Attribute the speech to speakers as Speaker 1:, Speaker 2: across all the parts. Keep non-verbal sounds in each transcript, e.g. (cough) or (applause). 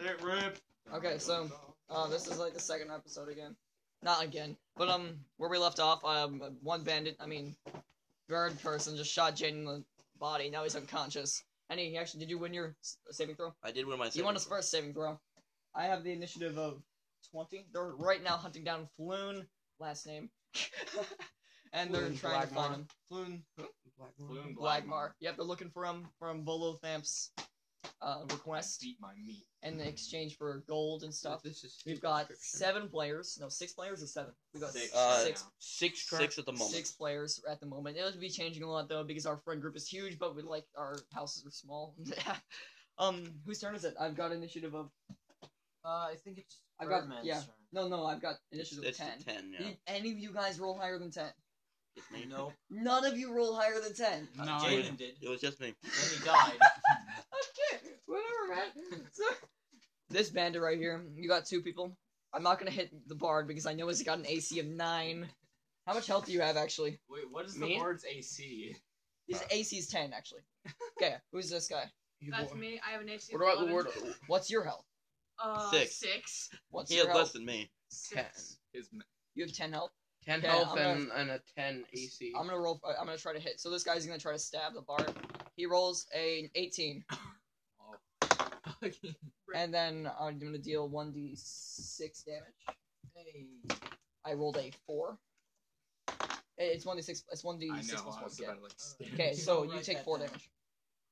Speaker 1: right, rip.
Speaker 2: Okay, so uh, this is like the second episode again. Not again, but um, where we left off, um, one bandit, I mean, bird person just shot Jaden in the body. Now he's unconscious. And he actually, did you win your s- saving throw?
Speaker 3: I did win my.
Speaker 2: you
Speaker 3: saving
Speaker 2: won his
Speaker 3: throw.
Speaker 2: first saving throw. I have the initiative of twenty. They're right now hunting down Floon, last name, (laughs) and they're
Speaker 4: Floon
Speaker 2: trying to
Speaker 4: Blackmore.
Speaker 2: find him. Floon
Speaker 1: Balloon
Speaker 2: Blackmar. Yep, they're looking for him from Bolothamp's uh, request
Speaker 1: Eat my meat.
Speaker 2: in exchange for gold and stuff.
Speaker 4: This is
Speaker 2: We've got seven players. No, six players or seven. We got
Speaker 1: Six.
Speaker 2: six.
Speaker 3: Uh,
Speaker 2: six,
Speaker 3: Six,
Speaker 4: current-
Speaker 3: six at the moment.
Speaker 2: six players at the moment. It'll be changing a lot though because our friend group is huge, but we like our houses are small. (laughs) um, whose turn is it? I've got initiative of
Speaker 4: Uh, I think it's.
Speaker 2: I've got-
Speaker 4: Birdman's
Speaker 2: yeah.
Speaker 4: turn.
Speaker 2: no, no. I've got
Speaker 3: It's
Speaker 2: initiative
Speaker 3: the
Speaker 2: of ten.
Speaker 3: ten. Yeah.
Speaker 2: Did any of you guys roll higher than 10?
Speaker 3: It's me.
Speaker 4: Nope.
Speaker 2: None of you roll higher than 10.
Speaker 3: Uh,
Speaker 5: No.
Speaker 3: Jaden.
Speaker 4: Jaden did.
Speaker 3: It was just me.
Speaker 4: Then he
Speaker 1: (laughs)
Speaker 4: died.
Speaker 2: Okay, whatever, man. So, this bandit right here, you got two people. I'm not going to hit the bard because I know he's got an AC of 9. How much health do you have, actually?
Speaker 1: Wait, what is
Speaker 2: Me?
Speaker 1: the bard's AC?
Speaker 2: His AC is 10, actually. Okay, who's this guy?
Speaker 6: That's me. I have an AC.
Speaker 3: What about the
Speaker 6: 11.
Speaker 3: word?
Speaker 2: What's your health?
Speaker 6: Uh,
Speaker 3: Six.
Speaker 6: Six.
Speaker 2: What's
Speaker 3: He
Speaker 2: your
Speaker 3: had
Speaker 2: health?
Speaker 3: less than me.
Speaker 5: Ten.
Speaker 6: Six.
Speaker 1: His ma-
Speaker 2: You have 10 health?
Speaker 5: Ten
Speaker 2: Okay,
Speaker 5: health
Speaker 2: I'm gonna-
Speaker 5: and, and a ten AC.
Speaker 2: I'm going to roll. I'm going to try to hit. So this guy's going to try to stab the bard. He rolls a 18. And then I'm going to deal 1d6 damage. I rolled a four. Eh, It's one d six. It's one d
Speaker 1: I
Speaker 2: six
Speaker 1: know.
Speaker 2: plus
Speaker 1: I
Speaker 2: one.
Speaker 1: was
Speaker 2: yeah.
Speaker 1: about to like. stab
Speaker 2: Okay,
Speaker 1: you.
Speaker 2: so
Speaker 4: Write
Speaker 2: you take
Speaker 4: that
Speaker 2: four
Speaker 4: down.
Speaker 2: damage.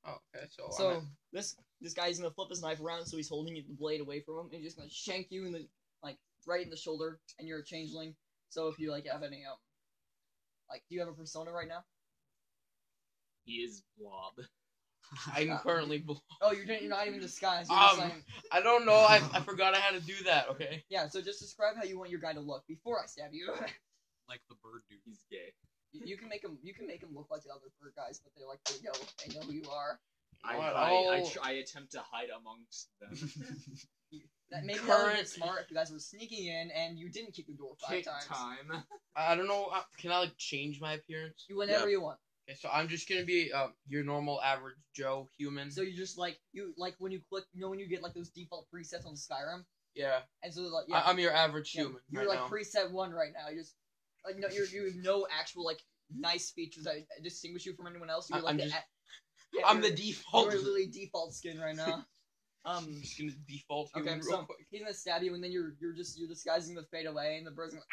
Speaker 5: oh, okay, so, I'm
Speaker 2: So
Speaker 5: (laughs) at-
Speaker 2: this this guy's gonna flip his knife around, so he's holding the blade away from him, and he's just gonna shank you in the like right in the shoulder, and you're a changeling. So if you like have any um, like do you have a persona right now?
Speaker 1: He is blob. (laughs)
Speaker 5: I'm
Speaker 2: uh,
Speaker 5: currently. Bl-
Speaker 2: Oh, you're, you're not even disguised. You're just
Speaker 5: Um.
Speaker 2: like-
Speaker 5: I don't know. I, I forgot I had to do that. Okay.
Speaker 2: yeah. So just describe how you want your guy to look before I stab you. (laughs)
Speaker 1: Like the bird dude. He's gay.
Speaker 2: you, you can make him you can make him look like the other bird guys, but they like they know they know who you are.
Speaker 1: I,
Speaker 5: What?
Speaker 1: I, I,
Speaker 5: Oh.
Speaker 1: tr- I attempt to hide amongst them.
Speaker 2: That maybe that would be
Speaker 5: Current-
Speaker 2: smart if you guys were sneaking in and you didn't kick the door five
Speaker 1: Kick
Speaker 2: times.
Speaker 1: time.
Speaker 5: I don't know. uh, Can I like change my appearance?
Speaker 2: You whenever you want.
Speaker 5: Okay, so I'm just gonna be um your normal average Joe human.
Speaker 2: So you just like you like when you click, you know when you get like those default presets on Skyrim,
Speaker 5: yeah,
Speaker 2: and so like yeah,
Speaker 5: I, I'm your average
Speaker 2: yeah,
Speaker 5: human.
Speaker 2: You're
Speaker 5: right
Speaker 2: like
Speaker 5: now.
Speaker 2: preset one right now. You just like no, you're, you have no actual like nice features that distinguish you from anyone else. You're
Speaker 5: I-
Speaker 2: like
Speaker 5: I'm
Speaker 2: the
Speaker 5: just-
Speaker 2: a-
Speaker 5: (laughs)
Speaker 2: yeah,
Speaker 5: I'm the
Speaker 2: you're-
Speaker 5: default.
Speaker 2: You're literally default skin
Speaker 5: (laughs)
Speaker 2: right now.
Speaker 5: I'm
Speaker 2: Um.
Speaker 5: just gonna default
Speaker 2: Okay,
Speaker 5: human real
Speaker 2: so
Speaker 5: quick.
Speaker 2: he's gonna stab you, and then you're you're just you're disguising the fade away, and the
Speaker 5: (laughs)
Speaker 2: bird's gonna.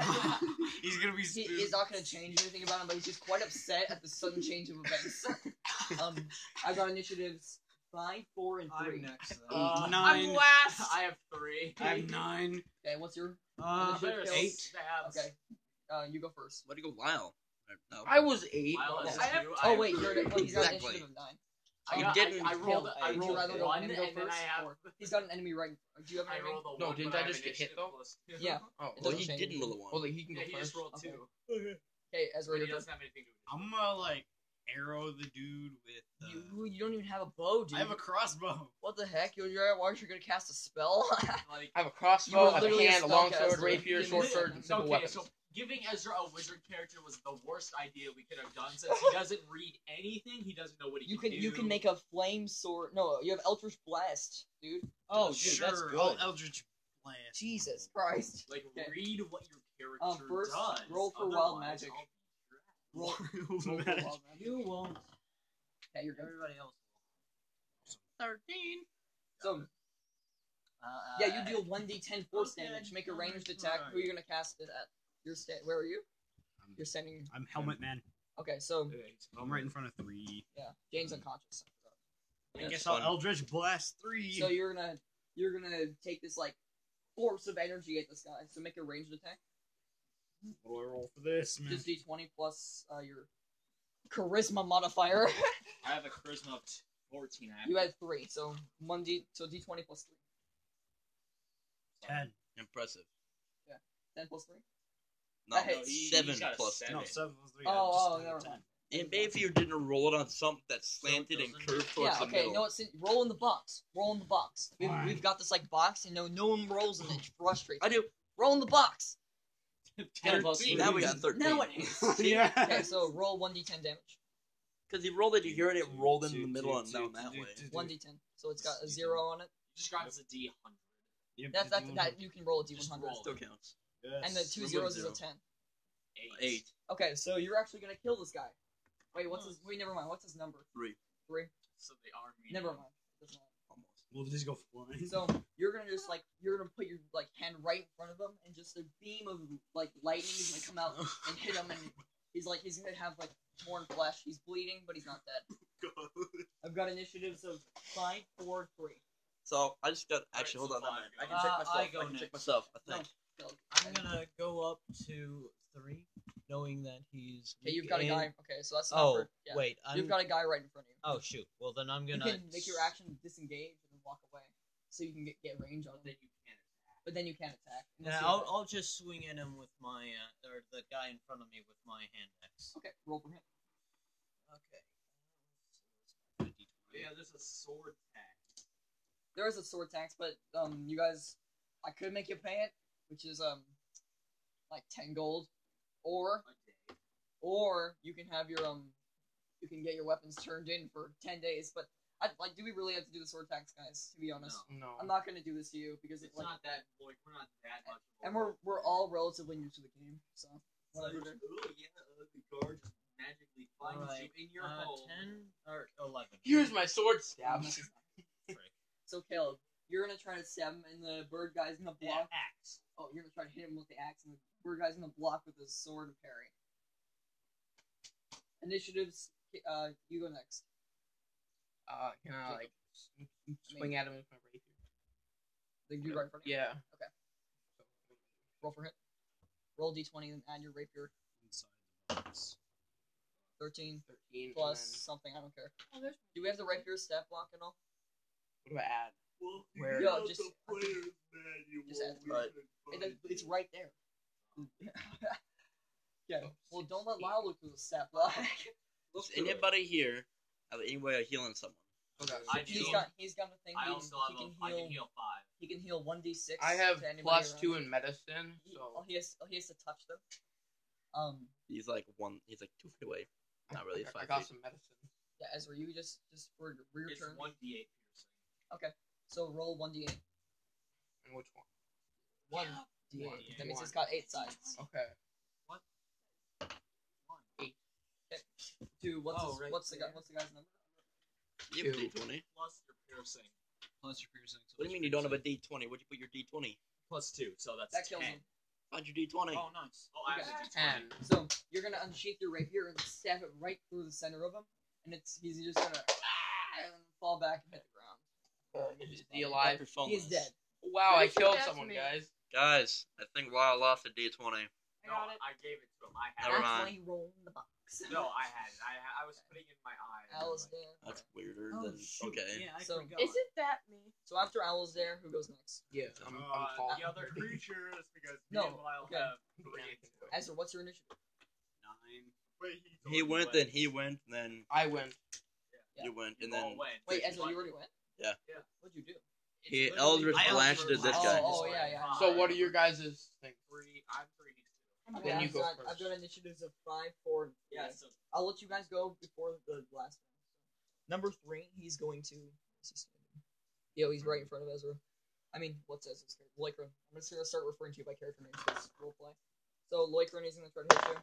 Speaker 2: "Ah!"
Speaker 1: He's gonna be.
Speaker 2: he
Speaker 1: spooked.
Speaker 2: is not going to change anything about him, but he's just quite upset at the sudden change of
Speaker 5: (laughs)
Speaker 2: events. um, I got initiatives five, four, and
Speaker 4: I'm
Speaker 2: three.
Speaker 4: next. Then.
Speaker 5: Uh,
Speaker 6: I'm
Speaker 5: nine.
Speaker 6: last.
Speaker 4: I have three.
Speaker 5: I have nine.
Speaker 2: Okay, what's your
Speaker 5: Uh,
Speaker 2: Initiative
Speaker 6: Better
Speaker 2: kills.
Speaker 5: eight.
Speaker 6: stabs.
Speaker 2: okay? Uh, you go first.
Speaker 3: Where to go, Lyle? No.
Speaker 5: I was eight.
Speaker 1: Lyle is
Speaker 2: I
Speaker 6: have-
Speaker 1: two,
Speaker 2: Oh
Speaker 1: have
Speaker 2: wait, you're
Speaker 1: three.
Speaker 2: well, he's got an
Speaker 3: Exactly.
Speaker 2: initiative of nine.
Speaker 1: I
Speaker 5: You
Speaker 1: got-
Speaker 5: didn't
Speaker 1: I, I rolled.
Speaker 2: kill-
Speaker 1: I
Speaker 2: Would you
Speaker 1: rolled
Speaker 2: rather go
Speaker 1: one,
Speaker 2: in
Speaker 1: and
Speaker 2: and go
Speaker 1: then I
Speaker 2: first,
Speaker 1: have. (laughs)
Speaker 2: or- He's got an enemy right. Do you have an
Speaker 1: I
Speaker 2: enemy?
Speaker 1: rolled a
Speaker 5: No,
Speaker 1: one,
Speaker 5: didn't
Speaker 1: but
Speaker 5: I
Speaker 1: have
Speaker 5: just get hit,
Speaker 1: initiative
Speaker 5: though?
Speaker 1: plus two.
Speaker 5: Oh,
Speaker 2: Yeah. It
Speaker 3: Well,
Speaker 5: well,
Speaker 2: doesn't
Speaker 3: he
Speaker 2: change
Speaker 3: didn't roll a one.
Speaker 5: well, he can
Speaker 1: Yeah,
Speaker 5: go
Speaker 1: he
Speaker 5: first.
Speaker 1: just rolled
Speaker 2: Okay.
Speaker 1: two.
Speaker 2: Okay, Ezra,
Speaker 1: But he
Speaker 2: you're
Speaker 1: doesn't have anything to do.
Speaker 7: I'm gonna like arrow the dude with. Uh,
Speaker 2: you, you don't even have a bow, dude.
Speaker 7: I have a crossbow.
Speaker 2: What the heck? You're, you're, why aren't you gonna cast a spell? (laughs)
Speaker 1: (laughs) Like,
Speaker 5: I have a
Speaker 2: You were
Speaker 5: crossbow, a
Speaker 2: literally a
Speaker 5: hand, a long sword,
Speaker 2: spellcaster.
Speaker 5: rapier,
Speaker 2: You
Speaker 5: short
Speaker 2: missed
Speaker 5: sword,
Speaker 2: it.
Speaker 5: and simple
Speaker 1: okay,
Speaker 5: weapons.
Speaker 1: so giving Ezra a wizard character was the worst idea we could have done since he doesn't read anything. He doesn't know what he
Speaker 2: you can
Speaker 1: do.
Speaker 2: you can make a flame sword. No, you have Eldritch Blast, dude.
Speaker 7: Oh,
Speaker 2: sure,
Speaker 7: that's good. I'll Eldritch blast.
Speaker 2: Jesus Christ.
Speaker 1: like
Speaker 2: Okay.
Speaker 1: read what your character
Speaker 2: Uh, first,
Speaker 1: does.
Speaker 2: roll for wild
Speaker 1: otherwise
Speaker 2: magic.
Speaker 1: I'll be
Speaker 2: Roll, roll for
Speaker 7: Magic.
Speaker 2: wild magic.
Speaker 4: You won't.
Speaker 2: Okay, you're good.
Speaker 4: Everybody else.
Speaker 6: Thirteen.
Speaker 2: So
Speaker 4: Uh,
Speaker 2: yeah, you deal one d10 force
Speaker 7: Okay,
Speaker 2: damage. Make a
Speaker 7: alright,
Speaker 2: ranged attack. Who are you gonna cast it at? You're sta- Where are you?
Speaker 7: I'm-
Speaker 2: You're standing.
Speaker 7: I'm helmet man.
Speaker 2: Okay, so
Speaker 7: I'm right in front of three.
Speaker 2: yeah, Jane's unconscious.
Speaker 7: I
Speaker 3: That's
Speaker 7: guess I'll
Speaker 3: fun.
Speaker 7: Eldritch blast three.
Speaker 2: So you're gonna you're gonna take this like force of energy at this guy. So make a ranged attack.
Speaker 7: what do I roll for this, man?
Speaker 2: Just d20 plus uh, your charisma modifier.
Speaker 1: I have a charisma of t- fourteen. I have
Speaker 2: you had three, so one d so d20 plus three.
Speaker 7: Ten.
Speaker 3: Impressive.
Speaker 2: Ten plus three.
Speaker 3: No,
Speaker 2: That hits.
Speaker 1: He-
Speaker 3: seven
Speaker 1: he's got a
Speaker 3: plus
Speaker 1: seven.
Speaker 7: No,
Speaker 3: three.
Speaker 7: seven plus three.
Speaker 2: Oh,
Speaker 7: I
Speaker 2: oh,
Speaker 7: just-
Speaker 2: never
Speaker 7: ten.
Speaker 2: mind.
Speaker 3: And maybe if you didn't roll it on something that's So it slanted and doesn't- curved towards
Speaker 2: Yeah,
Speaker 3: the
Speaker 2: okay,
Speaker 3: middle.
Speaker 2: no, it's in, roll in the box. Roll in the box. We've,
Speaker 7: Fine.
Speaker 2: we've got this like box, and no, no one rolls, and it frustrates.
Speaker 3: I do.
Speaker 2: Roll in the box.
Speaker 3: Ten
Speaker 1: plus
Speaker 3: plus now we got thirteen.
Speaker 2: Now it
Speaker 3: (laughs)
Speaker 2: is.
Speaker 7: (laughs)
Speaker 2: Okay,
Speaker 7: yeah.
Speaker 2: so roll one d10 damage.
Speaker 3: Because he rolled it here and it rolled into the middle and
Speaker 7: Two,
Speaker 3: down
Speaker 7: two,
Speaker 3: that
Speaker 7: two,
Speaker 3: way.
Speaker 7: two, two.
Speaker 2: One d10. So it's got a zero on it.
Speaker 1: described as a D hundred.
Speaker 7: Yep,
Speaker 2: That's
Speaker 7: just
Speaker 2: that's
Speaker 7: roll
Speaker 2: that you can roll a D
Speaker 1: Just
Speaker 2: one
Speaker 1: roll.
Speaker 2: hundred.
Speaker 3: Still counts.
Speaker 7: Yes.
Speaker 2: And the two
Speaker 3: Remove
Speaker 2: zeros is a
Speaker 3: zero.
Speaker 2: ten.
Speaker 1: Eight.
Speaker 3: Eight.
Speaker 2: Okay, so you're actually gonna kill this guy. Wait, what's his wait never mind, what's his number?
Speaker 3: Three.
Speaker 2: Three?
Speaker 1: So they are mean.
Speaker 2: Never mind. Doesn't matter.
Speaker 3: Almost.
Speaker 8: (laughs)
Speaker 7: We'll just go flying.
Speaker 2: So you're gonna just like you're gonna put your like hand right in front of him, and just a beam of like lightning is gonna come out and hit him, and he's like he's gonna have like torn flesh. He's bleeding, but he's not dead. I've got initiatives of five, four, three.
Speaker 3: So I just got.
Speaker 1: right,
Speaker 3: Actually, hold
Speaker 1: so
Speaker 3: on. never
Speaker 1: five
Speaker 3: mind.
Speaker 1: go.
Speaker 3: I can check
Speaker 4: Uh,
Speaker 3: myself.
Speaker 4: I
Speaker 3: I,
Speaker 4: go next.
Speaker 3: can check myself. I think.
Speaker 2: No,
Speaker 4: I'm gonna go up to three, knowing that he's.
Speaker 2: Okay, you've
Speaker 4: weak
Speaker 2: got a
Speaker 4: and-
Speaker 2: guy. Okay, so that's
Speaker 4: Oh
Speaker 2: awkward. yeah.
Speaker 4: wait, I'm.
Speaker 2: You've got a guy right in front of you.
Speaker 4: Oh shoot! Well then I'm
Speaker 2: You
Speaker 4: gonna.
Speaker 2: can make your action disengage and then walk away, so you can get, get range on him.
Speaker 1: But then you can't attack.
Speaker 2: But then you can't attack.
Speaker 4: Yeah,
Speaker 2: unless you
Speaker 4: I'll,
Speaker 2: attack.
Speaker 4: I'll just swing at him with my uh, or the guy in front of me with my hand axe.
Speaker 2: Okay, roll for him.
Speaker 4: Okay.
Speaker 1: Yeah, there's a sword attack.
Speaker 2: There is a sword tax, but um, you guys, I could make you pay it, which is um, like ten gold, or
Speaker 1: A day.
Speaker 2: or you can have your um, you can get your weapons turned in for ten days. But I like, do we really have to do the sword tax, guys? To be honest,
Speaker 5: No.
Speaker 2: I'm not gonna do this to you because it's
Speaker 1: It's
Speaker 2: like,
Speaker 1: not that like we're not that much. of a-
Speaker 2: and we're we're all relatively new to the game, so
Speaker 1: It's like,
Speaker 2: whatever. dude.
Speaker 1: oh yeah, uh, the guard just magically finds
Speaker 4: Alright,
Speaker 1: you in your
Speaker 4: Uh,
Speaker 1: home.
Speaker 4: ten or eleven.
Speaker 5: Here's my sword stab.
Speaker 2: (laughs) So Caleb, you're gonna try to stab him, and the bird guy's gonna
Speaker 4: Yeah,
Speaker 2: block.
Speaker 4: axe.
Speaker 2: Oh, you're gonna try to hit him with the axe, and the bird guy's gonna block with his sword and parry. Initiatives. Uh, you go next.
Speaker 5: (laughs) Uh, can I like swing at him with my rapier?
Speaker 2: The you right in front of you.
Speaker 5: Yeah.
Speaker 2: Okay. Roll for hit. Roll d20 and add your rapier.
Speaker 7: Inside the box.
Speaker 2: 13
Speaker 5: Thirteen and
Speaker 2: plus
Speaker 5: then-
Speaker 2: something. I don't care.
Speaker 6: Oh, there's
Speaker 2: Do we have the rapier stat block and all?
Speaker 5: What do I add?
Speaker 1: Well, you
Speaker 5: Where-
Speaker 1: got
Speaker 2: Yeah, just- (laughs)
Speaker 1: the player's manual,
Speaker 2: Just add-
Speaker 1: we
Speaker 3: Right.
Speaker 1: can
Speaker 2: It-
Speaker 1: find
Speaker 2: it's
Speaker 1: it.
Speaker 2: right there. (laughs) yeah.
Speaker 5: Oh,
Speaker 2: Well, don't let Lyle look through the stat block.
Speaker 3: Does anybody here have any way of healing someone?
Speaker 5: Okay.
Speaker 1: I do.
Speaker 2: he's got he's got the thing.
Speaker 1: I
Speaker 2: he-
Speaker 1: also
Speaker 2: he
Speaker 1: have
Speaker 2: can
Speaker 1: a, I can
Speaker 2: heal.
Speaker 1: heal five.
Speaker 2: He can heal 1d6.
Speaker 5: I have
Speaker 2: to anybody
Speaker 5: plus
Speaker 2: around
Speaker 5: two
Speaker 2: him.
Speaker 5: in medicine,
Speaker 2: He, all
Speaker 5: so
Speaker 2: he has all he has to touch them. Um.
Speaker 3: He's like one. He's like two feet away. Not really. It's
Speaker 5: I, I
Speaker 3: five
Speaker 5: got
Speaker 3: feet.
Speaker 5: some medicine.
Speaker 2: Yeah, Ezra, you just just for your, for your
Speaker 1: It's
Speaker 2: turn.
Speaker 1: one d eight piercing.
Speaker 2: So roll 1d8.
Speaker 5: And which one?
Speaker 2: One d8.
Speaker 5: One
Speaker 2: That means
Speaker 5: D8.
Speaker 2: it's got eight sides.
Speaker 5: Okay.
Speaker 2: Two. What's
Speaker 1: Oh,
Speaker 2: his,
Speaker 1: right
Speaker 2: what's the guy?
Speaker 1: there.
Speaker 2: What's the guy's number?
Speaker 3: You have a
Speaker 5: Two.
Speaker 3: D20.
Speaker 1: Plus your piercing.
Speaker 4: Plus your piercing. so
Speaker 3: What do
Speaker 4: it's
Speaker 3: you mean you don't have a
Speaker 4: piercing.
Speaker 3: D20? Where'd you put your D20?
Speaker 1: Plus two, so that's
Speaker 2: That kills him.
Speaker 1: ten.
Speaker 3: Find your D20.
Speaker 1: Oh nice. Oh, I
Speaker 2: Okay.
Speaker 1: have a d
Speaker 5: Ten.
Speaker 1: twenty.
Speaker 2: So you're gonna unsheath your rapier and stab it right through the center of him, and it's he's just gonna ah, and fall back and hit the ground.
Speaker 5: Is he alive?
Speaker 3: Microphone
Speaker 2: He's
Speaker 3: less.
Speaker 2: dead.
Speaker 5: Wow, I
Speaker 6: Pretty sure
Speaker 5: killed
Speaker 6: that's
Speaker 5: someone,
Speaker 6: me.
Speaker 5: guys.
Speaker 3: Guys, I think Lyle lost a D20.
Speaker 6: I got
Speaker 1: no,
Speaker 6: it.
Speaker 1: I gave it to him. I
Speaker 2: That's
Speaker 3: Never
Speaker 1: had it.
Speaker 2: why
Speaker 3: mind.
Speaker 2: he rolled in the box.
Speaker 1: (laughs) No, I had it. I, ha- I was putting it in my eye.
Speaker 2: (laughs) Owl's there.
Speaker 3: That's weirder
Speaker 4: Oh,
Speaker 3: than.
Speaker 4: shoot.
Speaker 3: Okay.
Speaker 4: Yeah, I
Speaker 2: So-
Speaker 4: forgot.
Speaker 6: Isn't that me?
Speaker 2: So after Owl's there, who goes next?
Speaker 5: Yeah, I'm, I'm
Speaker 1: Uh,
Speaker 5: falling. (laughs)
Speaker 1: the other creatures, because me
Speaker 2: No,
Speaker 1: and Lyle
Speaker 2: okay.
Speaker 1: have three.
Speaker 2: Ezra, what's your initiative?
Speaker 1: Nine. Wait,
Speaker 3: He went, then he went, then
Speaker 5: I went.
Speaker 2: Yeah.
Speaker 3: you went, and
Speaker 1: all
Speaker 3: then.
Speaker 1: went.
Speaker 2: Wait, Ezra, you already went.
Speaker 3: Yeah.
Speaker 1: Yeah.
Speaker 2: What'd you do?
Speaker 1: It's
Speaker 3: He
Speaker 1: literally-
Speaker 3: Eldritch
Speaker 1: I
Speaker 3: blasted
Speaker 1: Eldritch
Speaker 3: this
Speaker 1: blasted
Speaker 3: guy.
Speaker 2: Oh,
Speaker 1: this
Speaker 2: yeah,
Speaker 1: guy.
Speaker 2: yeah.
Speaker 5: So what are your guys' things?
Speaker 1: Three. I'm three. he's two.
Speaker 5: Okay, Then you
Speaker 2: I've
Speaker 5: go
Speaker 2: got,
Speaker 5: first.
Speaker 2: I've got initiatives of five, four, and three.
Speaker 1: Yeah. So
Speaker 2: I'll let you guys go before the last one. Number three, he's going to. is he standing? Yo, he's right in front of Ezra. I mean, what's Ezra's character? Lycra. I'm just gonna start referring to you by character names because roleplay. So Lycra is gonna try to hit you.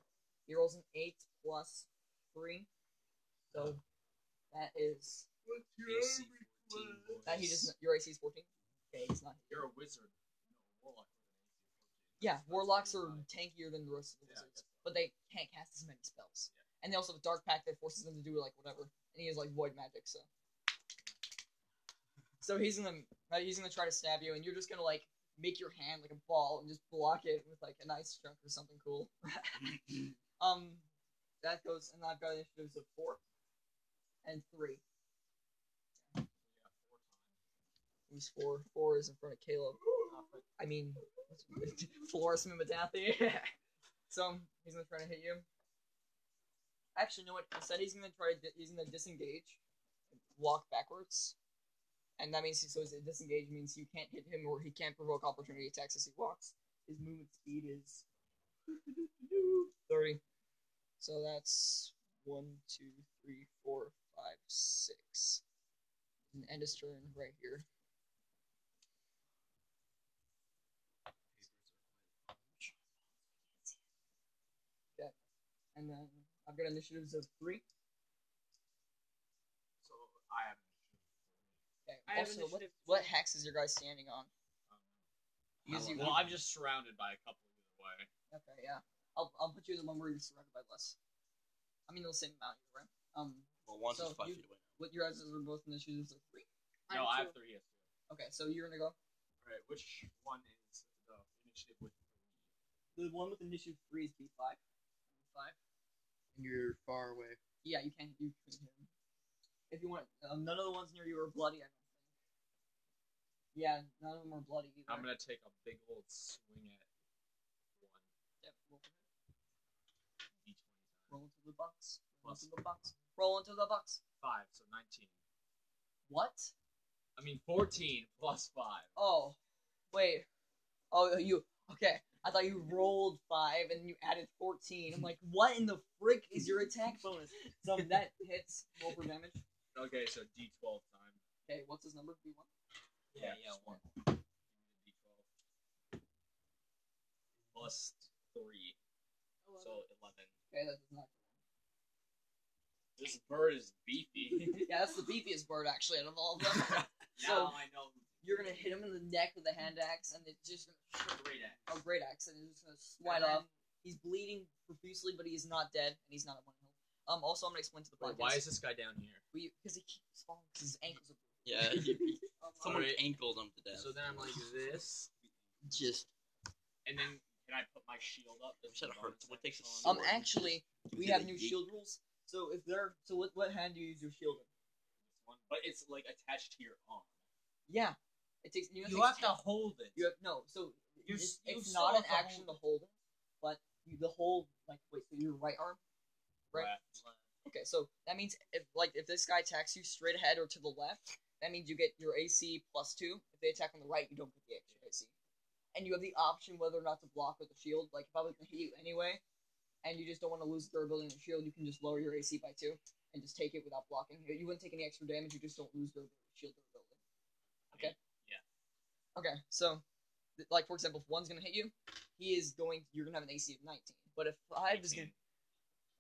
Speaker 2: He rolls an eight plus three, so that is
Speaker 1: AC fourteen.
Speaker 2: that he just your AC is fourteen. Okay, he's not.
Speaker 1: You're a wizard. No, warlock.
Speaker 2: Yeah, warlocks are tankier than the rest of the
Speaker 1: Yeah.
Speaker 2: wizards, but they can't cast as many spells. And they also have dark pack that forces them to do like whatever, and he has like void magic, so. So he's gonna uh, he's gonna try to stab you, and you're just gonna like make your hand like a ball and just block it with like an ice chunk or something cool. um, that goes, and I've got initiatives of four and three. Who's four? Four is in front of Caleb. I mean, (laughs) Flores Mimadathy. (laughs) so he's gonna try to hit you. Actually, no. What I said he's gonna try to di- he's gonna disengage, walk backwards, and that means so his disengage means you can't hit him or he can't provoke opportunity attacks as he walks. His movement speed is (laughs) thirty. So that's one, two, three, four, five, six. And end his turn right here. and then I've got initiatives of three.
Speaker 1: So I have.
Speaker 2: Okay.
Speaker 6: I have
Speaker 2: Also, what,
Speaker 6: initiative
Speaker 2: what hex is your guy standing on? Because you-
Speaker 1: Well, I'm just surrounded by a couple either way.
Speaker 2: Okay, yeah. I'll, I'll put you in the one where you're surrounded by less. I mean, the same amount, right? Um,
Speaker 3: Well, one's
Speaker 2: So
Speaker 3: just five
Speaker 2: you-
Speaker 3: feet away.
Speaker 2: what your guys are both initiatives of three.
Speaker 1: No, I
Speaker 6: I'm
Speaker 1: have
Speaker 6: two.
Speaker 1: three. Yes.
Speaker 2: Okay, so you're gonna go.
Speaker 1: All right. Which one is the initiative with?
Speaker 2: The one with initiative three is B five. Five.
Speaker 5: And you're far away.
Speaker 2: Yeah, you can. You can hit him. If you want, um, none of the ones near you are bloody. I don't think. Yeah, none of them are bloody either.
Speaker 1: I'm gonna take a big old swing at one
Speaker 2: Yep, roll,
Speaker 1: d20.
Speaker 2: roll into the box. Roll
Speaker 1: Plus.
Speaker 2: into the box. Roll into the box.
Speaker 1: Five, so 19.
Speaker 2: What?
Speaker 1: I mean 14 plus five.
Speaker 2: Oh, wait. Oh, you okay? I thought you rolled five and you added fourteen. I'm like, what in the frick is your attack bonus?
Speaker 1: (laughs)
Speaker 2: So that hits. Roll for damage.
Speaker 1: Okay, so d12 time.
Speaker 2: Okay, what's his number? B one.
Speaker 1: Yeah, yeah, one. D12 plus three, so 11.
Speaker 2: Okay, that's not.
Speaker 1: This bird is (laughs) beefy.
Speaker 2: Yeah, that's the beefiest bird actually out of all of them. so
Speaker 1: I know who's
Speaker 2: you're gonna hit him in the neck with a hand axe, and it's just gonna
Speaker 1: great at.
Speaker 2: a great axe, and it's just gonna slide off. He's bleeding profusely, but he is not dead, and he's not at one health. Um, also, I'm gonna explain to the
Speaker 1: Wait,
Speaker 2: podcast
Speaker 1: why is this guy down here?
Speaker 2: because he keeps falling 'cause his ankles are.
Speaker 3: (laughs) Yeah, he- he- someone
Speaker 1: Alright.
Speaker 3: ankled him to death.
Speaker 1: So then I'm like this,
Speaker 3: just
Speaker 1: and then can I put my shield up?
Speaker 3: I said it hurts. What takes a
Speaker 2: Um,
Speaker 3: sword?
Speaker 2: actually, we
Speaker 3: Yeah,
Speaker 2: have
Speaker 3: like
Speaker 2: new
Speaker 3: yeet.
Speaker 2: shield rules. So if they're so, what, what hand do you use your shield in?
Speaker 1: But it's like attached to your arm.
Speaker 2: Yeah, it takes. You, know, it
Speaker 4: You
Speaker 2: takes
Speaker 4: have to
Speaker 2: ten-
Speaker 4: hold it.
Speaker 2: You have no. So
Speaker 4: You
Speaker 2: it's,
Speaker 4: s- you
Speaker 2: it's
Speaker 4: still
Speaker 2: not an
Speaker 4: have to hold
Speaker 2: action to hold, it, but you, the whole like wait. So your right arm. Right.
Speaker 1: Left.
Speaker 2: Okay, so that means if like if this guy attacks you straight ahead or to the left, that means you get your AC plus two. If they attack on the right, you don't get the extra AC, and you have the option whether or not to block with the shield. Like if I was to hit you anyway, and you just don't want to lose durability in the shield, you can just lower your AC by two and just take it without blocking. You you wouldn't take any extra damage. You just don't lose durability, shield durability. Okay.
Speaker 1: Yeah.
Speaker 2: Okay, so th- like for example, if one's gonna hit you, he is going. You're gonna have an AC of nineteen. But if five is gonna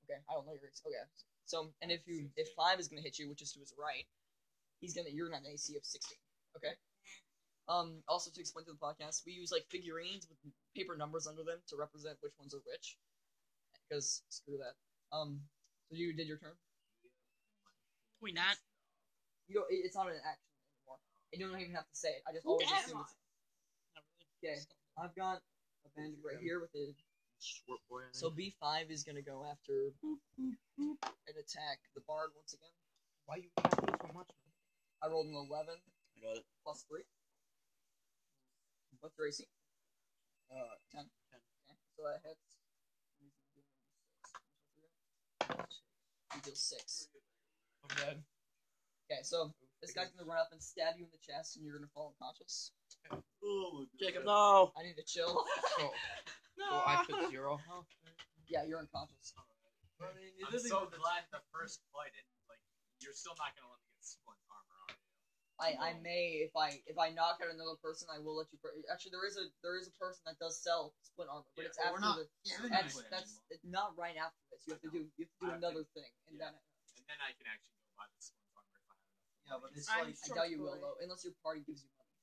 Speaker 2: Okay, I don't know your ex- okay. So and if you if five is gonna hit you, which is to his right, he's gonna you're gonna have an AC of sixteen. Okay. Um. Also to explain to the podcast, we use like figurines with paper numbers under them to represent which ones are which. Because screw that. Um. So you did your turn.
Speaker 9: We not.
Speaker 2: You don't. it- It's not an action anymore. And you don't even have to say it. I just
Speaker 6: Who
Speaker 2: always
Speaker 6: am
Speaker 2: assume. it's- Okay. I've got a bandit right here with a
Speaker 7: Short boy.
Speaker 2: So B five is gonna go after and attack the bard once again.
Speaker 5: Why you talking so much?
Speaker 2: I rolled an eleven
Speaker 3: I got it.
Speaker 2: plus three. What's your AC? Uh, ten. Okay, so that hits. You deal six.
Speaker 5: I'm dead.
Speaker 2: Okay, so this guy's gonna run up and stab you in the chest, and you're gonna fall unconscious.
Speaker 7: Oh,
Speaker 3: Jacob, no.
Speaker 2: I need to chill.
Speaker 5: So, so I
Speaker 2: (laughs)
Speaker 5: took zero health.
Speaker 2: yeah, you're unconscious.
Speaker 1: I'm so glad the first fight. It, like you're still not gonna let me get splint armor on.
Speaker 2: I, I
Speaker 1: Mm-hmm.
Speaker 2: may if I if I knock out another person, I will let you. Per- Actually, there is a there is a person that does sell splint armor, but
Speaker 1: Yeah,
Speaker 2: it's
Speaker 1: but
Speaker 2: after
Speaker 1: we're not-
Speaker 2: the
Speaker 1: Yeah,
Speaker 2: That's that's it's not right after this. You have to do you have to do
Speaker 1: I
Speaker 2: another thing, and
Speaker 1: yeah.
Speaker 2: then
Speaker 1: And then I can actually go buy the splint armor if I have enough.
Speaker 4: Yeah, but
Speaker 1: money.
Speaker 4: it's
Speaker 6: I'm
Speaker 4: like
Speaker 2: I
Speaker 6: Sure,
Speaker 2: doubt you will
Speaker 6: boy.
Speaker 2: though, unless your party gives you money.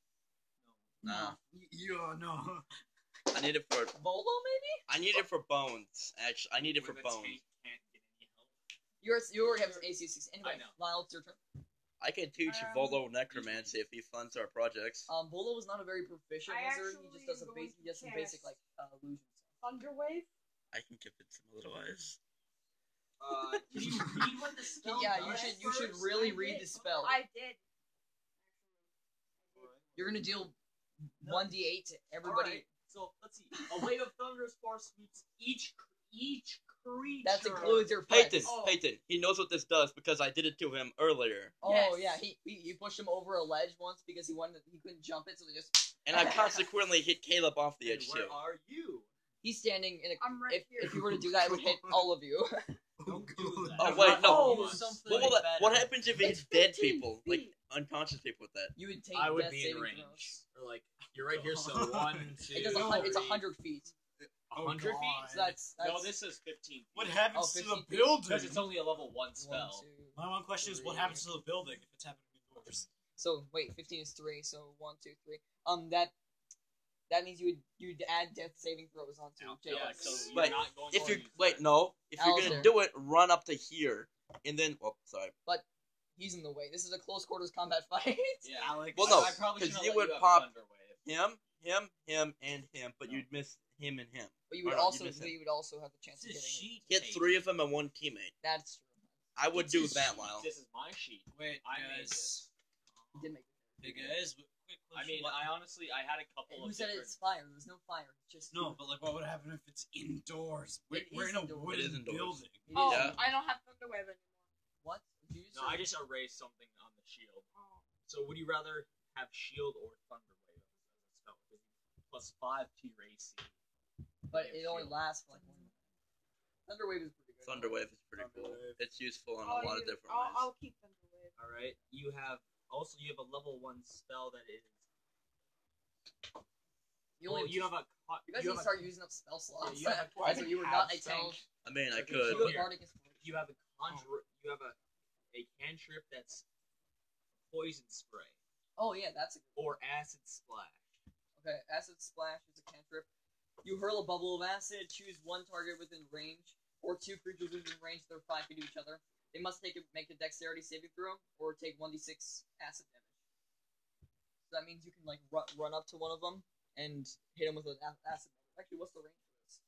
Speaker 3: Nah,
Speaker 7: Yeah, no.
Speaker 3: I need it for
Speaker 2: Uh, Volo, maybe
Speaker 3: I need it for bones. Actually, I need it for
Speaker 1: When the
Speaker 3: bones.
Speaker 1: tank can't get any help.
Speaker 2: yours you already have an AC six. Anyway,
Speaker 1: I know.
Speaker 2: Lyle, it's your turn.
Speaker 3: I can teach
Speaker 6: Um,
Speaker 3: Volo necromancy if he funds our projects.
Speaker 2: Um, Volo is not a very proficient
Speaker 6: I
Speaker 2: wizard. He
Speaker 6: actually
Speaker 2: just does a
Speaker 6: am
Speaker 2: basic,
Speaker 6: going
Speaker 2: he does some
Speaker 6: to
Speaker 2: basic
Speaker 6: cast-
Speaker 2: like uh, illusion stuff.
Speaker 6: Thunderwave.
Speaker 3: I can convince him otherwise.
Speaker 1: Uh, (laughs) can you read what the spell
Speaker 2: yeah, you
Speaker 1: does
Speaker 2: should you should
Speaker 1: first?
Speaker 2: really
Speaker 6: I
Speaker 2: read
Speaker 6: did.
Speaker 2: the spell.
Speaker 6: I did.
Speaker 2: You're gonna deal one d eight to everybody.
Speaker 1: Alright, so let's see. A wave of thunderous force sweeps each each creature.
Speaker 2: That includes your
Speaker 3: Peyton,
Speaker 2: friends.
Speaker 1: Oh.
Speaker 3: Peyton, he knows what this does because I did it to him earlier,
Speaker 2: Oh
Speaker 6: Yes.
Speaker 2: yeah, he, he he pushed him over a ledge once because he wanted he couldn't jump it, so they just
Speaker 3: and I consequently hit Caleb off the
Speaker 1: And
Speaker 3: edge
Speaker 1: Where
Speaker 3: too.
Speaker 1: are you?
Speaker 2: he's standing in a.
Speaker 6: I'm right
Speaker 2: If,
Speaker 6: here.
Speaker 2: if you were to do that, it would hit all of you. (laughs)
Speaker 7: Oh, God.
Speaker 3: Oh, wait, no.
Speaker 1: Oh,
Speaker 4: Use
Speaker 1: some-
Speaker 4: something
Speaker 3: What, will that,
Speaker 4: better.
Speaker 3: what happens if
Speaker 6: It's
Speaker 3: it's dead
Speaker 6: 15
Speaker 3: people, like
Speaker 6: feet.
Speaker 3: unconscious people with that?
Speaker 2: You would take
Speaker 1: I would
Speaker 2: death
Speaker 1: be in
Speaker 2: saving
Speaker 1: range.
Speaker 2: (laughs) throws.
Speaker 1: (laughs) Or like you're right here, so one, two.
Speaker 2: It does a hun- it's a hundred feet.
Speaker 7: Oh,
Speaker 1: 100
Speaker 7: God.
Speaker 1: feet?
Speaker 2: So that's, that's
Speaker 1: No, this is 15 feet.
Speaker 8: What happens
Speaker 2: Oh,
Speaker 8: to the
Speaker 2: 15 feet.
Speaker 8: building?
Speaker 1: Because it's only a level 1
Speaker 2: one,
Speaker 1: spell.
Speaker 2: two.
Speaker 8: My one question is what
Speaker 2: Three.
Speaker 8: happens to the building if it's happening indoors?
Speaker 2: So wait, fifteen is three. So one, two, three. Um, that that means you would you'd add death saving throws onto
Speaker 1: Yeah,
Speaker 2: Jacob.
Speaker 1: so you're
Speaker 3: But
Speaker 1: not going
Speaker 3: If
Speaker 1: to
Speaker 3: you're
Speaker 1: use
Speaker 3: wait,
Speaker 1: that.
Speaker 3: no. If you're
Speaker 2: Alistair.
Speaker 3: gonna do it, run up to here, and then. Oh, sorry.
Speaker 2: He's in the way. This is a close quarters combat (laughs) fight.
Speaker 1: Yeah.
Speaker 8: Alex.
Speaker 3: Well, no,
Speaker 1: I, I probably
Speaker 3: 'cause
Speaker 1: should've
Speaker 3: you
Speaker 1: let
Speaker 3: would
Speaker 1: have
Speaker 3: pop-
Speaker 1: Thunder Wave.
Speaker 3: Him, him, him, and him. But
Speaker 1: No.
Speaker 3: you'd miss him and him.
Speaker 2: But you would
Speaker 3: Why not? You
Speaker 2: also
Speaker 3: missed him.
Speaker 2: you would also have the chance of
Speaker 4: This is
Speaker 2: getting.
Speaker 4: sheet.
Speaker 3: Get three of them and one teammate.
Speaker 2: That's true.
Speaker 3: I would
Speaker 4: It's
Speaker 3: do
Speaker 4: his
Speaker 3: that,
Speaker 4: sheet.
Speaker 3: Lyle.
Speaker 1: This is my sheet.
Speaker 4: Wait,
Speaker 1: I made
Speaker 4: guys.
Speaker 1: this.
Speaker 2: He did make.
Speaker 4: Hey guys, w- quick question.
Speaker 1: I mean,
Speaker 4: What-
Speaker 1: I honestly, I had a
Speaker 2: Who
Speaker 1: couple of
Speaker 2: said
Speaker 1: different...
Speaker 2: it's fire? There's no fire. It's just
Speaker 8: No, but like, what would happen if it's indoors? We're,
Speaker 2: It
Speaker 8: we're
Speaker 2: is
Speaker 8: in a
Speaker 2: indoors.
Speaker 3: It is
Speaker 8: wooden
Speaker 3: indoors.
Speaker 8: building.
Speaker 2: It
Speaker 6: Oh,
Speaker 2: is-
Speaker 3: Yeah.
Speaker 6: I don't have Thunder Wave anymore.
Speaker 2: What? Did you just
Speaker 1: No, I just erased something on the shield.
Speaker 6: Oh.
Speaker 1: So would you rather have shield E or thunder wave as a spell? Because you- Plus five to your AC.
Speaker 2: But it
Speaker 1: Yeah,
Speaker 2: only
Speaker 1: shield.
Speaker 2: lasts for like one. minute. Thunderwave is pretty good.
Speaker 3: Thunderwave is pretty cool.
Speaker 8: Thunderwave.
Speaker 3: It's useful in
Speaker 6: Oh,
Speaker 2: Oh,
Speaker 6: I'll
Speaker 3: a lot of
Speaker 6: use-
Speaker 3: different
Speaker 6: I'll,
Speaker 3: ways.
Speaker 6: I'll keep Thunder Wave.
Speaker 1: All right. You have also you have a level one spell that is.
Speaker 2: You only
Speaker 1: well, you have a. co-
Speaker 2: You guys
Speaker 1: you
Speaker 2: need to
Speaker 1: have a-
Speaker 2: start using up spell slots.
Speaker 1: you
Speaker 2: (laughs)
Speaker 1: have a-
Speaker 2: Right, so you were not a
Speaker 1: have
Speaker 2: tank.
Speaker 1: some-
Speaker 3: I mean, I
Speaker 1: Okay,
Speaker 3: could.
Speaker 2: You have
Speaker 1: Here.
Speaker 2: bardic inspiration.
Speaker 1: You have a conjure.
Speaker 2: Oh.
Speaker 1: You have a a cantrip that's poison spray
Speaker 2: Oh yeah, that's a
Speaker 1: or acid splash.
Speaker 2: Okay, acid splash is a cantrip. You hurl a bubble of acid, choose one target within range, or two creatures within range that are five feet of each other. They must take a, make a dexterity saving throw, or take one d six acid damage. So that means you can like run, run up to one of them and hit them with an a- acid. Bubble. Actually, what's the range for this?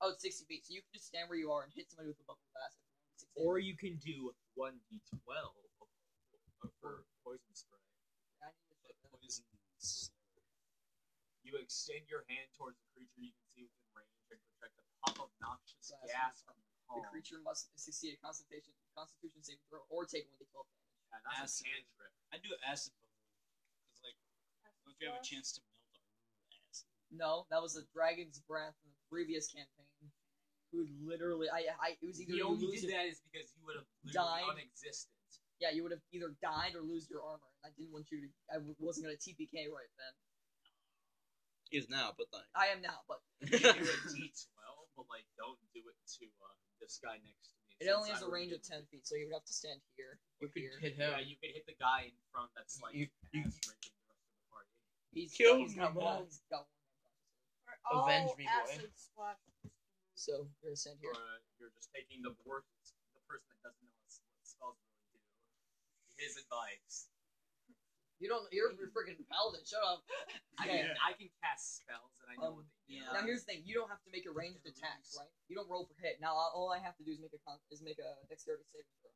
Speaker 2: Oh, it's sixty feet. So you can just stand where you are and hit somebody with a bubble of acid. Six
Speaker 1: Or
Speaker 2: damage.
Speaker 1: you can do one d twelve for poison spray.
Speaker 2: I need to check that.
Speaker 8: Poison.
Speaker 1: You extend your hand towards the creature you can see within range and project a puff of noxious
Speaker 2: That's
Speaker 1: gas
Speaker 2: awesome.
Speaker 1: from your palm.
Speaker 2: The creature must succeed a constitution constitution saving throw or take one d twelve damage.
Speaker 1: Yeah, that's
Speaker 8: Acid.
Speaker 1: a cantrip.
Speaker 8: I do acid because like, don't you have a
Speaker 6: Acid
Speaker 8: chance to melt our acid?
Speaker 2: No, that was the Dragon's Breath in the previous campaign. Who literally, I, I, it was either you
Speaker 1: You only
Speaker 2: lose your-
Speaker 1: did that is because you would have
Speaker 2: Died.
Speaker 1: literally non-existent.
Speaker 2: yeah, you would have either died or lose your armor. And I didn't want you to, I w- wasn't gonna TPK right then.
Speaker 3: Is now, but (laughs)
Speaker 2: I am now, but
Speaker 1: You
Speaker 3: like.
Speaker 1: can do (laughs) a D12, but like don't do it to uh, this guy next to me.
Speaker 2: it
Speaker 1: since
Speaker 2: only
Speaker 1: I
Speaker 2: has a range
Speaker 1: already
Speaker 2: of
Speaker 1: did.
Speaker 2: ten feet, so you would have to stand here.
Speaker 5: You
Speaker 2: Or
Speaker 5: could
Speaker 2: here.
Speaker 5: hit him.
Speaker 1: Yeah, you could hit the guy in front that's like
Speaker 5: You- you-
Speaker 1: ass raping the rest of the party.
Speaker 2: He's,
Speaker 3: Kill
Speaker 2: he's got
Speaker 5: me,
Speaker 2: one.
Speaker 5: boy.
Speaker 2: He's got one.
Speaker 6: Or all
Speaker 5: Avenge me, boy.
Speaker 6: acid splash.
Speaker 2: So you're gonna stand here.
Speaker 1: Or uh, you're just taking the worst, the person that doesn't know what s- what spells really do. His advice.
Speaker 2: You don't. You're, you're freaking paladin. Shut
Speaker 1: (laughs)
Speaker 2: up.
Speaker 1: I
Speaker 2: Okay.
Speaker 1: can I can cast spells and I know what they do.
Speaker 4: yeah.
Speaker 2: Um, Now here's the thing: you don't have to make a ranged attack, right? You don't roll for hit. Now all- all I have to do is make a con- is make a dexterity saving throw.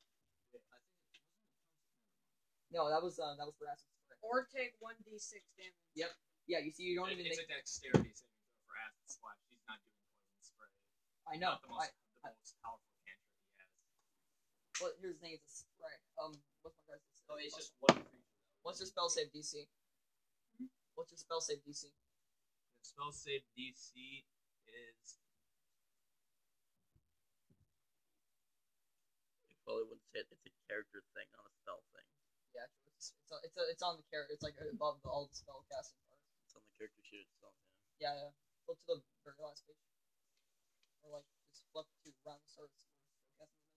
Speaker 2: No, that was uh, that was for acid spray.
Speaker 6: Or take 1d6 damage.
Speaker 2: Yeah, you see, you don't
Speaker 1: It-
Speaker 2: even
Speaker 1: it's
Speaker 2: make.
Speaker 1: a dexterity saving throw for acid slash. He's not doing poison spray.
Speaker 2: I know.
Speaker 1: Not the
Speaker 2: I,
Speaker 1: most, the most powerful cantrip he has.
Speaker 2: well, here's the thing: it's a spray. Um, what's my guy's?
Speaker 9: Oh,
Speaker 1: So it's just one creature.
Speaker 2: What's your spell save DC?
Speaker 9: Hmm?
Speaker 2: What's your spell save DC?
Speaker 1: The spell save DC is
Speaker 3: You probably wouldn't say it. It's a character thing, not a spell thing.
Speaker 2: Yeah, actually, it's it's, a, it's, a, it's on the character. It's like above the, all the spell casting parts.
Speaker 3: It's on the character sheet itself.
Speaker 2: Yeah, yeah. Flip to the very last page, or like just flip to round the start. of the spell casting dimension.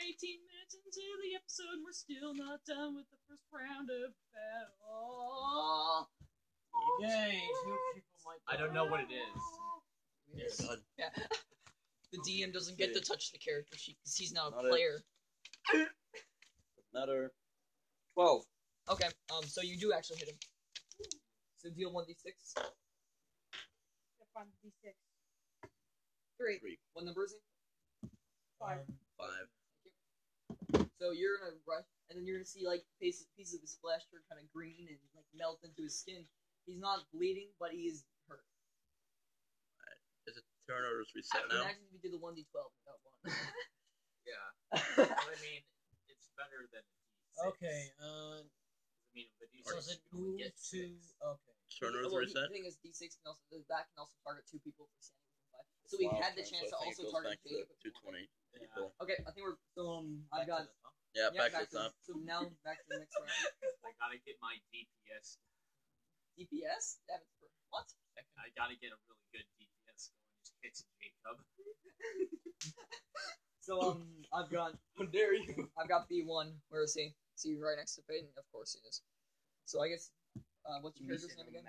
Speaker 9: 18 minutes into the episode, we're still not done with the first round of battle.
Speaker 2: Ah.
Speaker 4: Yay, two people might
Speaker 1: I don't know what it is.
Speaker 3: Yeah. God.
Speaker 2: The DM doesn't get to touch the character sheet because he's not a
Speaker 3: Not it.
Speaker 2: player.
Speaker 3: Another twelve.
Speaker 2: Okay, um, so you do actually hit him. So deal one d six.
Speaker 6: If I'm d6.
Speaker 2: Three.
Speaker 3: Three.
Speaker 2: What number is he?
Speaker 6: Five. (laughs)
Speaker 3: Five.
Speaker 2: So you're gonna rush, and then you're gonna see like pieces pieces of his flesh turn kind of green and like melt into his skin. He's not bleeding, but he is hurt.
Speaker 3: Is it turn orders reset now?
Speaker 2: Imagine if you did the one d twelve that one.
Speaker 1: yeah.
Speaker 3: (laughs)
Speaker 2: I
Speaker 1: But I mean, it's better than a D6.
Speaker 4: Okay, uh,
Speaker 1: I mean, the D6
Speaker 4: so does it
Speaker 1: you only
Speaker 4: move
Speaker 1: get
Speaker 4: to.
Speaker 1: six.
Speaker 4: Okay.
Speaker 3: Turn
Speaker 2: oh,
Speaker 3: orders
Speaker 2: well,
Speaker 3: reset.
Speaker 2: The thing is, d six can also that can also target two people for standing within five. So we
Speaker 3: Wild
Speaker 2: had the
Speaker 3: turn,
Speaker 2: chance
Speaker 3: so
Speaker 2: to
Speaker 3: I think it
Speaker 2: also
Speaker 3: goes
Speaker 2: target
Speaker 3: back to
Speaker 2: Jacob. if
Speaker 3: the
Speaker 2: we wanted.
Speaker 3: 220
Speaker 1: Yeah.
Speaker 3: people.
Speaker 2: Okay, I think we're so um,
Speaker 4: back
Speaker 2: I've got
Speaker 4: to the top.
Speaker 3: Yeah,
Speaker 2: yeah,
Speaker 3: back, to the top. (laughs)
Speaker 2: So now back to the next round.
Speaker 1: I gotta get my DPS.
Speaker 2: DPS? Damage per what?
Speaker 1: I gotta get a really good DPS going. Just hits Jacob.
Speaker 2: So um, I've got
Speaker 3: How dare you?
Speaker 2: I've got B one. Where is he? Is he right next to Peyton? Of course he is. So I guess uh, what's your character's
Speaker 5: (laughs)
Speaker 2: name again?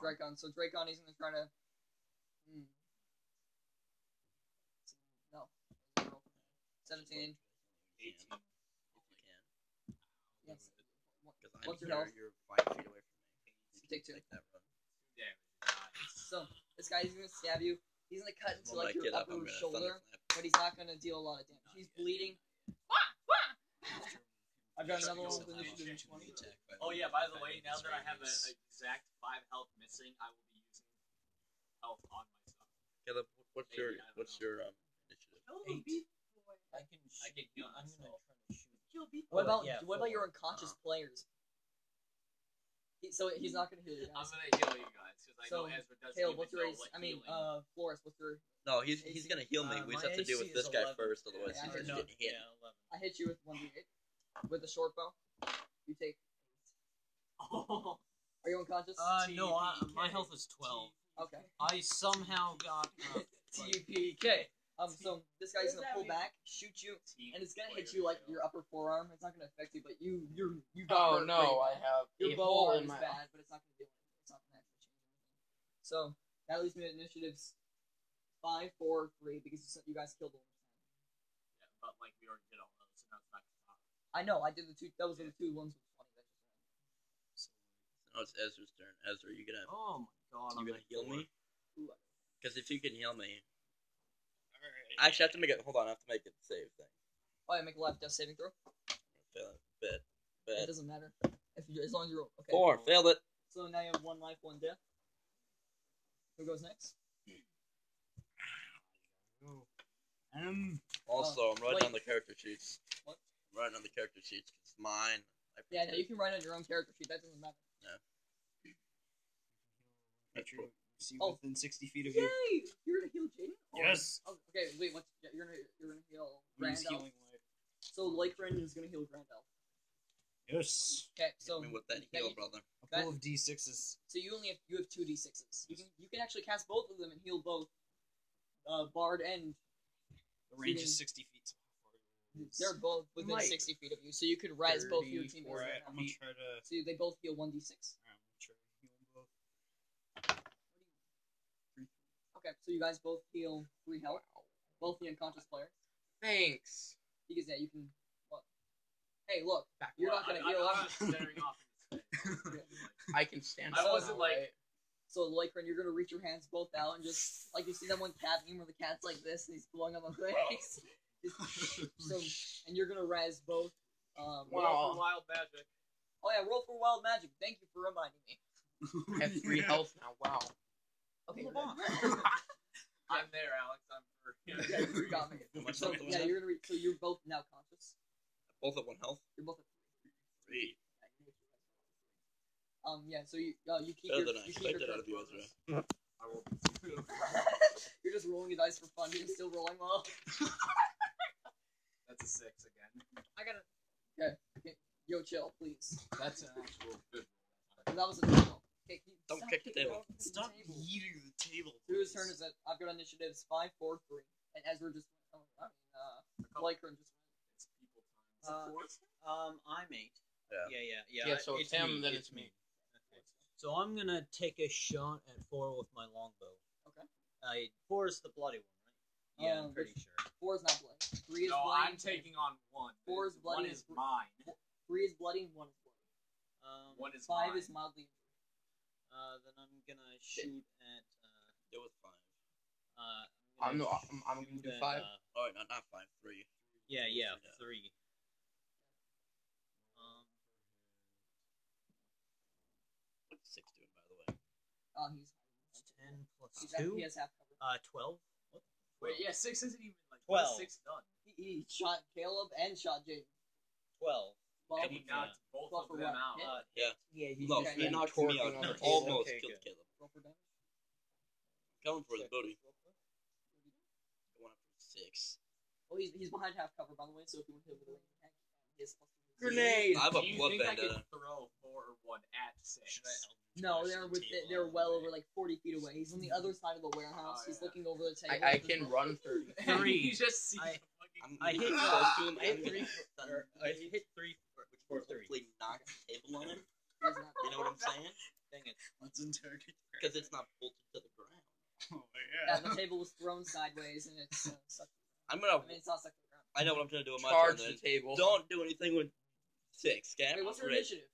Speaker 1: Great call.
Speaker 2: Dracon. So Dracon, he's gonna try to. Hmm. No. Seventeen.
Speaker 1: Eighteen.
Speaker 2: Yes. What-
Speaker 3: Because I'm
Speaker 2: What's your
Speaker 3: here,
Speaker 2: health?
Speaker 3: you're five feet away from me.
Speaker 2: Take two.
Speaker 3: that run.
Speaker 1: Damage. Nice.
Speaker 2: So this guy, he's gonna stab you. He's gonna cut into
Speaker 3: When
Speaker 2: like
Speaker 3: I
Speaker 2: your
Speaker 3: get up,
Speaker 2: upper
Speaker 3: I'm gonna
Speaker 2: shoulder,
Speaker 3: thunderclap.
Speaker 2: but he's not gonna deal a lot of damage. He's bleeding. I've got another one with initiative
Speaker 1: Shit.
Speaker 2: 20.
Speaker 1: Oh yeah. By the way, now that I have an exact five health missing, I will be using health on myself.
Speaker 3: Caleb, what's your
Speaker 1: Maybe, I don't
Speaker 3: what's
Speaker 1: know.
Speaker 3: your um, initiative?
Speaker 6: Hell of a
Speaker 4: Eight.
Speaker 6: beef boy.
Speaker 4: I can shoot.
Speaker 1: can heal
Speaker 4: I'm gonna
Speaker 1: myself.
Speaker 4: try to shoot.
Speaker 6: Kill beef
Speaker 2: What
Speaker 4: Oh,
Speaker 2: about
Speaker 4: yeah,
Speaker 2: what about your
Speaker 4: forward.
Speaker 2: unconscious
Speaker 3: Uh.
Speaker 2: players? He, so he's not gonna heal you
Speaker 1: I'm
Speaker 2: guys.
Speaker 1: gonna heal you guys because I
Speaker 2: So,
Speaker 1: know Ezra doesn't
Speaker 2: Caleb,
Speaker 1: even
Speaker 2: what's your
Speaker 1: know
Speaker 2: AC?
Speaker 1: what
Speaker 2: I mean,
Speaker 1: healing
Speaker 2: uh,
Speaker 1: (laughs)
Speaker 2: Flores, what's your?
Speaker 3: No, he's he's gonna heal me.
Speaker 4: Uh,
Speaker 3: we just
Speaker 4: my
Speaker 3: have to deal
Speaker 4: AC
Speaker 3: with this
Speaker 4: is
Speaker 3: guy
Speaker 4: 11.
Speaker 3: first, otherwise
Speaker 2: Yeah,
Speaker 3: he's
Speaker 2: I
Speaker 3: just
Speaker 2: know.
Speaker 3: getting hit.
Speaker 4: Yeah, eleven.
Speaker 2: I hit you with one d eight with a short bow. You take.
Speaker 1: Oh,
Speaker 2: Are you unconscious? (laughs)
Speaker 4: Uh,
Speaker 1: E
Speaker 4: no, I, my health is twelve.
Speaker 6: (laughs)
Speaker 2: okay.
Speaker 4: I somehow got.
Speaker 2: (laughs)
Speaker 4: Uh,
Speaker 2: T U P K. Um, so this guy's
Speaker 6: What does
Speaker 2: gonna
Speaker 6: that
Speaker 2: pull
Speaker 6: mean?
Speaker 2: back, shoot you,
Speaker 1: team
Speaker 2: and it's gonna hit
Speaker 1: player
Speaker 2: you like
Speaker 1: skill.
Speaker 2: your upper forearm. It's not gonna affect you, but you you you got
Speaker 5: Oh
Speaker 2: hurt
Speaker 5: no, I
Speaker 2: pretty bad.
Speaker 5: have
Speaker 2: your
Speaker 5: a
Speaker 2: bow
Speaker 5: hole
Speaker 2: arm
Speaker 5: in
Speaker 2: is
Speaker 5: my.
Speaker 2: bad, but it's not gonna do anything. It's not gonna actually change anything. So that leaves me at initiatives five, four, three because you, s- you guys killed one.
Speaker 1: Yeah, but like we already did all those, so that's not gonna stop.
Speaker 2: I know I did the two. Those were the two ones with twenty. That just ran.
Speaker 3: No, it's Ezra's turn. Ezra, you gonna
Speaker 4: oh my god! I'm
Speaker 3: you
Speaker 4: at
Speaker 3: gonna heal
Speaker 4: four.
Speaker 3: me? Because if you can heal me, actually, I have to make it. Hold on, I have to make it save thing.
Speaker 2: Oh, yeah, make a life death saving throw.
Speaker 3: Fail it. Bit.
Speaker 2: It
Speaker 3: Bit.
Speaker 2: doesn't matter if you, as long as you're okay.
Speaker 3: Four. Failed it.
Speaker 2: So now you have one life, one death. Who goes next?
Speaker 7: Um,
Speaker 3: Also, I'm writing
Speaker 2: Oh, wait.
Speaker 3: on the character sheets.
Speaker 2: What?
Speaker 3: I'm writing on the character sheets. 'cause It's mine. I
Speaker 2: Yeah, no, you can write on your own character sheet. That doesn't matter.
Speaker 3: That's cool.
Speaker 8: See
Speaker 2: Oh.
Speaker 8: within 60 feet of you.
Speaker 2: Yay! You're gonna heal Jaden. Or-
Speaker 8: Yes.
Speaker 2: Oh, okay, wait. What's yeah, you're gonna you're gonna heal
Speaker 8: Use
Speaker 2: Randall.
Speaker 8: healing light.
Speaker 2: So Lycran is gonna heal Randall.
Speaker 8: Yes.
Speaker 2: Okay,
Speaker 3: Hit
Speaker 2: so
Speaker 3: me with that
Speaker 2: that
Speaker 3: heal,
Speaker 2: you- (laughs)
Speaker 3: brother.
Speaker 8: A pool of d6s.
Speaker 2: so you only have you have two d sixes. You can you can actually cast both of them and heal both. Uh, Bard and
Speaker 8: The range is
Speaker 2: Shooting.
Speaker 8: 60 feet.
Speaker 2: they're both within
Speaker 5: Mike.
Speaker 2: sixty feet of you, so you could res both of your
Speaker 8: 34.
Speaker 2: teammates. Right
Speaker 8: I'm
Speaker 2: now.
Speaker 8: gonna try to. I'm
Speaker 2: So they both heal one d six.
Speaker 8: gonna try to heal them both.
Speaker 2: Okay, so you guys both heal three health. Both the unconscious player.
Speaker 5: Thanks.
Speaker 2: Because yeah, you can. What? Hey, look,
Speaker 5: Back
Speaker 2: you're
Speaker 1: Well,
Speaker 2: not gonna
Speaker 1: I,
Speaker 2: heal
Speaker 1: I,
Speaker 2: up.
Speaker 1: I'm just staring
Speaker 2: (laughs)
Speaker 1: off. into space.
Speaker 5: I can stand.
Speaker 1: I
Speaker 5: up
Speaker 2: wasn't
Speaker 5: now,
Speaker 1: like-
Speaker 5: right?
Speaker 2: So, Lycran, you're gonna reach your hands both out and just like you see that one cat meme where the cat's like this and he's blowing
Speaker 8: (laughs)
Speaker 2: on the face. so, and you're gonna res both. Um,
Speaker 5: Wow.
Speaker 1: Roll for wild magic.
Speaker 2: Oh yeah, roll for wild magic. Thank you for reminding me.
Speaker 5: I have three health now. Wow.
Speaker 2: Okay,
Speaker 8: Hold
Speaker 2: you're
Speaker 8: on.
Speaker 2: good. (laughs)
Speaker 1: I'm there, Alex. I'm for
Speaker 2: Yeah, you got me.
Speaker 3: (laughs) Am
Speaker 2: So
Speaker 3: I still doing
Speaker 2: yeah,
Speaker 3: that?
Speaker 2: you're gonna reach. So you're both now conscious.
Speaker 3: Both at one health.
Speaker 2: You're both.
Speaker 3: Three.
Speaker 2: At um yeah, so you uh, you keep
Speaker 3: Better
Speaker 2: your,
Speaker 3: than I
Speaker 2: you keep your
Speaker 3: expected out of you, Ezra.
Speaker 1: I will.
Speaker 2: You're just rolling your dice for fun. You're still rolling well.
Speaker 1: That's a six again.
Speaker 2: I gotta. Okay. Yo, chill, please.
Speaker 1: That's an actual good.
Speaker 2: That was a no. Okay, keep,
Speaker 3: Don't
Speaker 2: stop
Speaker 3: kick the
Speaker 2: kicking
Speaker 3: table.
Speaker 2: off the
Speaker 8: Stop
Speaker 2: table.
Speaker 8: eating the table.
Speaker 2: Whose
Speaker 8: please.
Speaker 2: turn is it? I've got initiatives five, four, three, and Ezra just. Oh, I mean, uh, Lycra just.
Speaker 1: It's people
Speaker 2: Uh,
Speaker 1: time.
Speaker 4: Um, I'm eight.
Speaker 3: Yeah.
Speaker 4: Yeah, yeah, yeah.
Speaker 5: Yeah, so it's him, then it's me.
Speaker 4: Okay. So I'm gonna take a shot at four with my longbow.
Speaker 2: Okay.
Speaker 4: I uh, four is the bloody one, right? Yeah,
Speaker 2: Um,
Speaker 4: I'm pretty sure.
Speaker 2: Four is not bloody. Three is
Speaker 1: no,
Speaker 2: bloody.
Speaker 1: I'm taking on one.
Speaker 2: Four is bloody
Speaker 1: One
Speaker 2: and
Speaker 1: is
Speaker 2: three-
Speaker 1: mine.
Speaker 2: Three is bloody and one is bloody.
Speaker 4: Um,
Speaker 1: One is
Speaker 2: Five
Speaker 1: mine.
Speaker 2: is mildly.
Speaker 4: uh, then I'm gonna shoot at. Uh,
Speaker 3: It was five.
Speaker 4: uh,
Speaker 5: I'm
Speaker 4: gonna
Speaker 5: no- I'm- I'm gonna
Speaker 4: shoot
Speaker 5: do
Speaker 4: at,
Speaker 5: five.
Speaker 4: uh,
Speaker 3: Oh, wait, no, not five. Three.
Speaker 4: yeah, yeah,
Speaker 3: Yeah.
Speaker 4: three. Um,
Speaker 3: What's six doing, by the way?
Speaker 2: Oh, he's.
Speaker 4: it's ten plus
Speaker 2: he's half-
Speaker 4: two.
Speaker 2: He has half cover.
Speaker 4: Uh, twelve. What?
Speaker 1: Wait, yeah, six isn't even like
Speaker 4: Twelve.
Speaker 1: what is six done.
Speaker 2: He, he shot Caleb and shot Jaden.
Speaker 4: Twelve.
Speaker 2: Well,
Speaker 1: and he knocked
Speaker 2: Well,
Speaker 1: both
Speaker 2: for
Speaker 1: of them
Speaker 2: what?
Speaker 1: out.
Speaker 2: Yeah.
Speaker 4: Uh,
Speaker 3: Yeah.
Speaker 5: Yeah, he's
Speaker 3: No,
Speaker 2: got
Speaker 3: he
Speaker 2: that
Speaker 3: knocked me
Speaker 5: twerking
Speaker 3: out.
Speaker 5: on
Speaker 3: (laughs)
Speaker 5: the
Speaker 3: and
Speaker 5: table.
Speaker 3: Almost
Speaker 4: Okay,
Speaker 3: killed
Speaker 4: good.
Speaker 3: Caleb.
Speaker 2: roll for damage.
Speaker 3: Going for his booty.
Speaker 2: Roll for it.
Speaker 3: Going up for six.
Speaker 2: Oh, he's, he's behind half cover, by the way, so if you want to hit with a range attack, he has plus two. Grenade.
Speaker 3: I have a
Speaker 1: Do you
Speaker 3: blood
Speaker 1: think I
Speaker 3: vendetta.
Speaker 1: could throw four or one at six?
Speaker 2: No, they're with they're well over like forty feet away. He's on the other side of the warehouse.
Speaker 1: Oh,
Speaker 2: He's
Speaker 1: yeah.
Speaker 2: looking over the table.
Speaker 5: I, I can run
Speaker 2: (laughs)
Speaker 5: through.
Speaker 3: (laughs)
Speaker 1: Three. (laughs) you just see.
Speaker 4: I-
Speaker 1: the fucking-
Speaker 3: I'm,
Speaker 4: I hit
Speaker 3: close to him.
Speaker 4: I hit three. or, I hit three. Or,
Speaker 3: which will hopefully knock the table on him.
Speaker 2: He's not-
Speaker 3: You know what I'm
Speaker 4: (laughs)
Speaker 3: saying?
Speaker 4: dang it.
Speaker 8: Let's interrogate.
Speaker 3: Because it's not bolted to the ground.
Speaker 8: (laughs) Oh
Speaker 2: yeah,
Speaker 5: (laughs)
Speaker 8: yeah.
Speaker 2: the table was thrown sideways, and it's. Uh, sucked,
Speaker 3: I'm
Speaker 2: I
Speaker 3: gonna.
Speaker 2: mean, it's not sucked to the ground.
Speaker 3: I know what I'm gonna do on my
Speaker 5: Charge
Speaker 3: turn.
Speaker 5: the table.
Speaker 3: Then. Don't do anything with six. Okay,
Speaker 2: Wait, what's
Speaker 3: I'm
Speaker 2: your
Speaker 3: rich.
Speaker 2: initiative?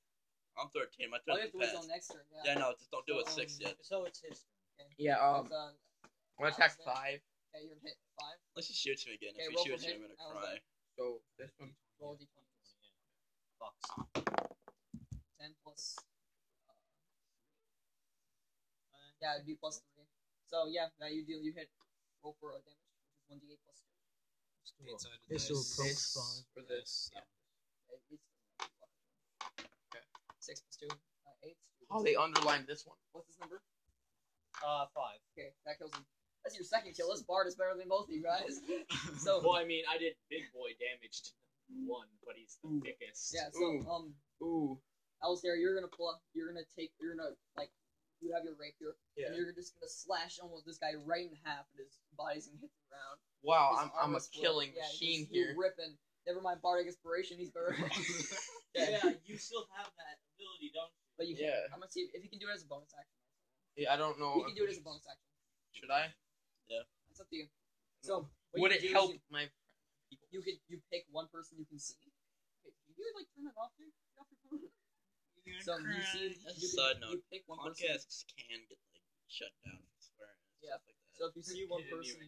Speaker 3: I'm 13. My
Speaker 2: Oh, you have
Speaker 3: turn is
Speaker 2: to wait
Speaker 3: past.
Speaker 2: till next turn. Yeah.
Speaker 3: Yeah, no, just don't do it six
Speaker 2: Um,
Speaker 3: yet.
Speaker 4: So it's his.
Speaker 5: Yeah. Um.
Speaker 2: It's, uh,
Speaker 5: I'm gonna attack five.
Speaker 2: yeah, you're gonna hit five.
Speaker 3: Unless he shoots me again.
Speaker 2: Okay,
Speaker 3: If
Speaker 2: roll
Speaker 3: he
Speaker 2: for
Speaker 3: shoots me,
Speaker 2: hit.
Speaker 3: I'm
Speaker 2: I was
Speaker 3: gonna cry.
Speaker 2: like-
Speaker 5: So this one.
Speaker 2: Roll a d20.
Speaker 4: Fucks.
Speaker 2: Ten plus. Uh, yeah, it'd be plus three. So yeah, that you deal. You hit. Roll for uh, damage, which is one d8 plus two.
Speaker 7: This will approach
Speaker 5: This
Speaker 7: five.
Speaker 5: for this.
Speaker 2: It beats the-
Speaker 5: Okay.
Speaker 2: Six plus two, uh, eight.
Speaker 5: Oh, they underlined this one.
Speaker 2: What's his number?
Speaker 4: Uh, five.
Speaker 2: Okay, that kills him. That's your second kill. This bard is better than both of
Speaker 5: (laughs)
Speaker 2: you guys. So
Speaker 1: Well, I mean, I did big boy damage to one, but he's the
Speaker 5: Ooh.
Speaker 1: thickest.
Speaker 2: Mm. yeah, so
Speaker 5: Ooh.
Speaker 2: um,
Speaker 5: Ooh.
Speaker 2: Alistair, you're gonna pull. You're gonna take. You're gonna like. You have your rapier, and you're just gonna slash almost this guy right in half, and his body's gonna hit the ground.
Speaker 5: Wow,
Speaker 2: His
Speaker 5: Oh, I'm, I'm
Speaker 2: armor
Speaker 5: a
Speaker 2: split.
Speaker 5: killing
Speaker 2: Yeah,
Speaker 5: machine
Speaker 2: just- you're
Speaker 5: here.
Speaker 2: Ripping. Never mind bardic inspiration. He's better.
Speaker 5: (laughs) Yeah.
Speaker 4: you still have that ability, don't
Speaker 2: but you. Can,
Speaker 5: Yeah. Oh,
Speaker 2: I'm gonna see if you can do it as a bonus action.
Speaker 5: Yeah, I don't know.
Speaker 2: You can do it as a bonus action.
Speaker 5: Should I?
Speaker 2: It's up to you. So what
Speaker 5: Mm. Would
Speaker 2: you
Speaker 5: it
Speaker 2: do is
Speaker 5: help
Speaker 2: you-
Speaker 5: my?
Speaker 2: You could you pick one person you can see. Wait, Can you like turn it off here? Get off your phone. So you see,
Speaker 3: That's
Speaker 2: you,
Speaker 3: a side
Speaker 2: can, you
Speaker 3: note.
Speaker 2: pick one person.
Speaker 3: Podcasts can get like shut down for swearing. and
Speaker 2: Yeah.
Speaker 3: Stuff like that.
Speaker 2: So if you see one person,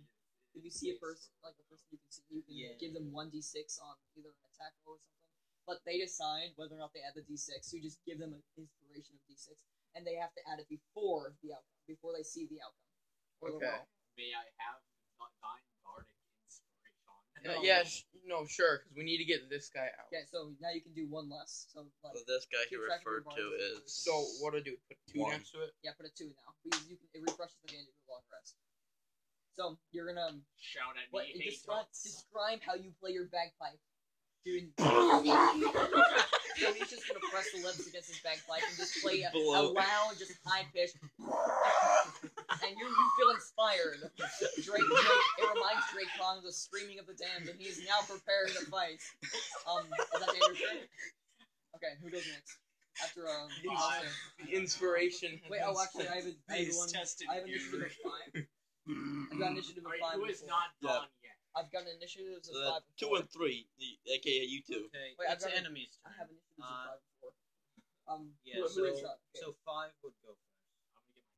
Speaker 2: if you see a person like a person you can see, you can
Speaker 4: Yeah.
Speaker 2: give them one d six on either an attack roll or something. But they decide whether or not they add the d six. You just give them an inspiration of d six, and they have to add it before the outcome, before they see the outcome. Or the
Speaker 5: Okay.
Speaker 2: roll.
Speaker 1: May I have not thine bardic inspiration?
Speaker 5: Uh, yeah, sh- no, sure, because we need to get this guy out.
Speaker 2: Okay, so now you can do one less. So like,
Speaker 3: Well, this guy
Speaker 2: keep
Speaker 3: he
Speaker 2: track of your
Speaker 3: referred to
Speaker 2: bars.
Speaker 3: is.
Speaker 5: So what do I do? Put two
Speaker 3: One.
Speaker 5: next to it.
Speaker 2: yeah, put a two now because you can it refreshes at the end of your long rest. So you're gonna
Speaker 1: Shout at
Speaker 2: What?
Speaker 1: me, hate
Speaker 2: describe,
Speaker 1: us.
Speaker 2: describe how you play your bagpipe. (laughs) Dude. so he's just gonna press the lips against his bagpipe and just play a, a
Speaker 3: Blow.
Speaker 2: loud, just high pitch. and you you feel inspired. Drake, Drake it reminds Drake Khan of the screaming of the damned, and he is now preparing to fight. Um, is that the end of your turn? Okay, who goes next? After um,
Speaker 1: Five.
Speaker 5: The (laughs) inspiration.
Speaker 2: wait, oh,
Speaker 5: (laughs)
Speaker 2: actually, I have a, I have
Speaker 8: He's
Speaker 2: one.
Speaker 8: tested
Speaker 2: I have
Speaker 8: you.
Speaker 2: initiative of five. I've got initiative of
Speaker 1: Alright,
Speaker 2: five.
Speaker 1: who is
Speaker 2: before.
Speaker 1: not
Speaker 3: Yeah.
Speaker 1: gone yet?
Speaker 2: I've got initiatives
Speaker 3: So
Speaker 2: of
Speaker 3: that-
Speaker 2: five.
Speaker 3: Uh, two
Speaker 2: before.
Speaker 3: and three, the- aka you two.
Speaker 4: Okay,
Speaker 2: Wait, I've
Speaker 4: it's
Speaker 2: got a-
Speaker 4: enemies.
Speaker 2: I
Speaker 4: turn.
Speaker 2: have initiatives of
Speaker 4: Uh,
Speaker 2: five before. Um,
Speaker 4: yeah,
Speaker 2: who- who is
Speaker 4: so-
Speaker 2: up? Okay,
Speaker 4: So five would go first.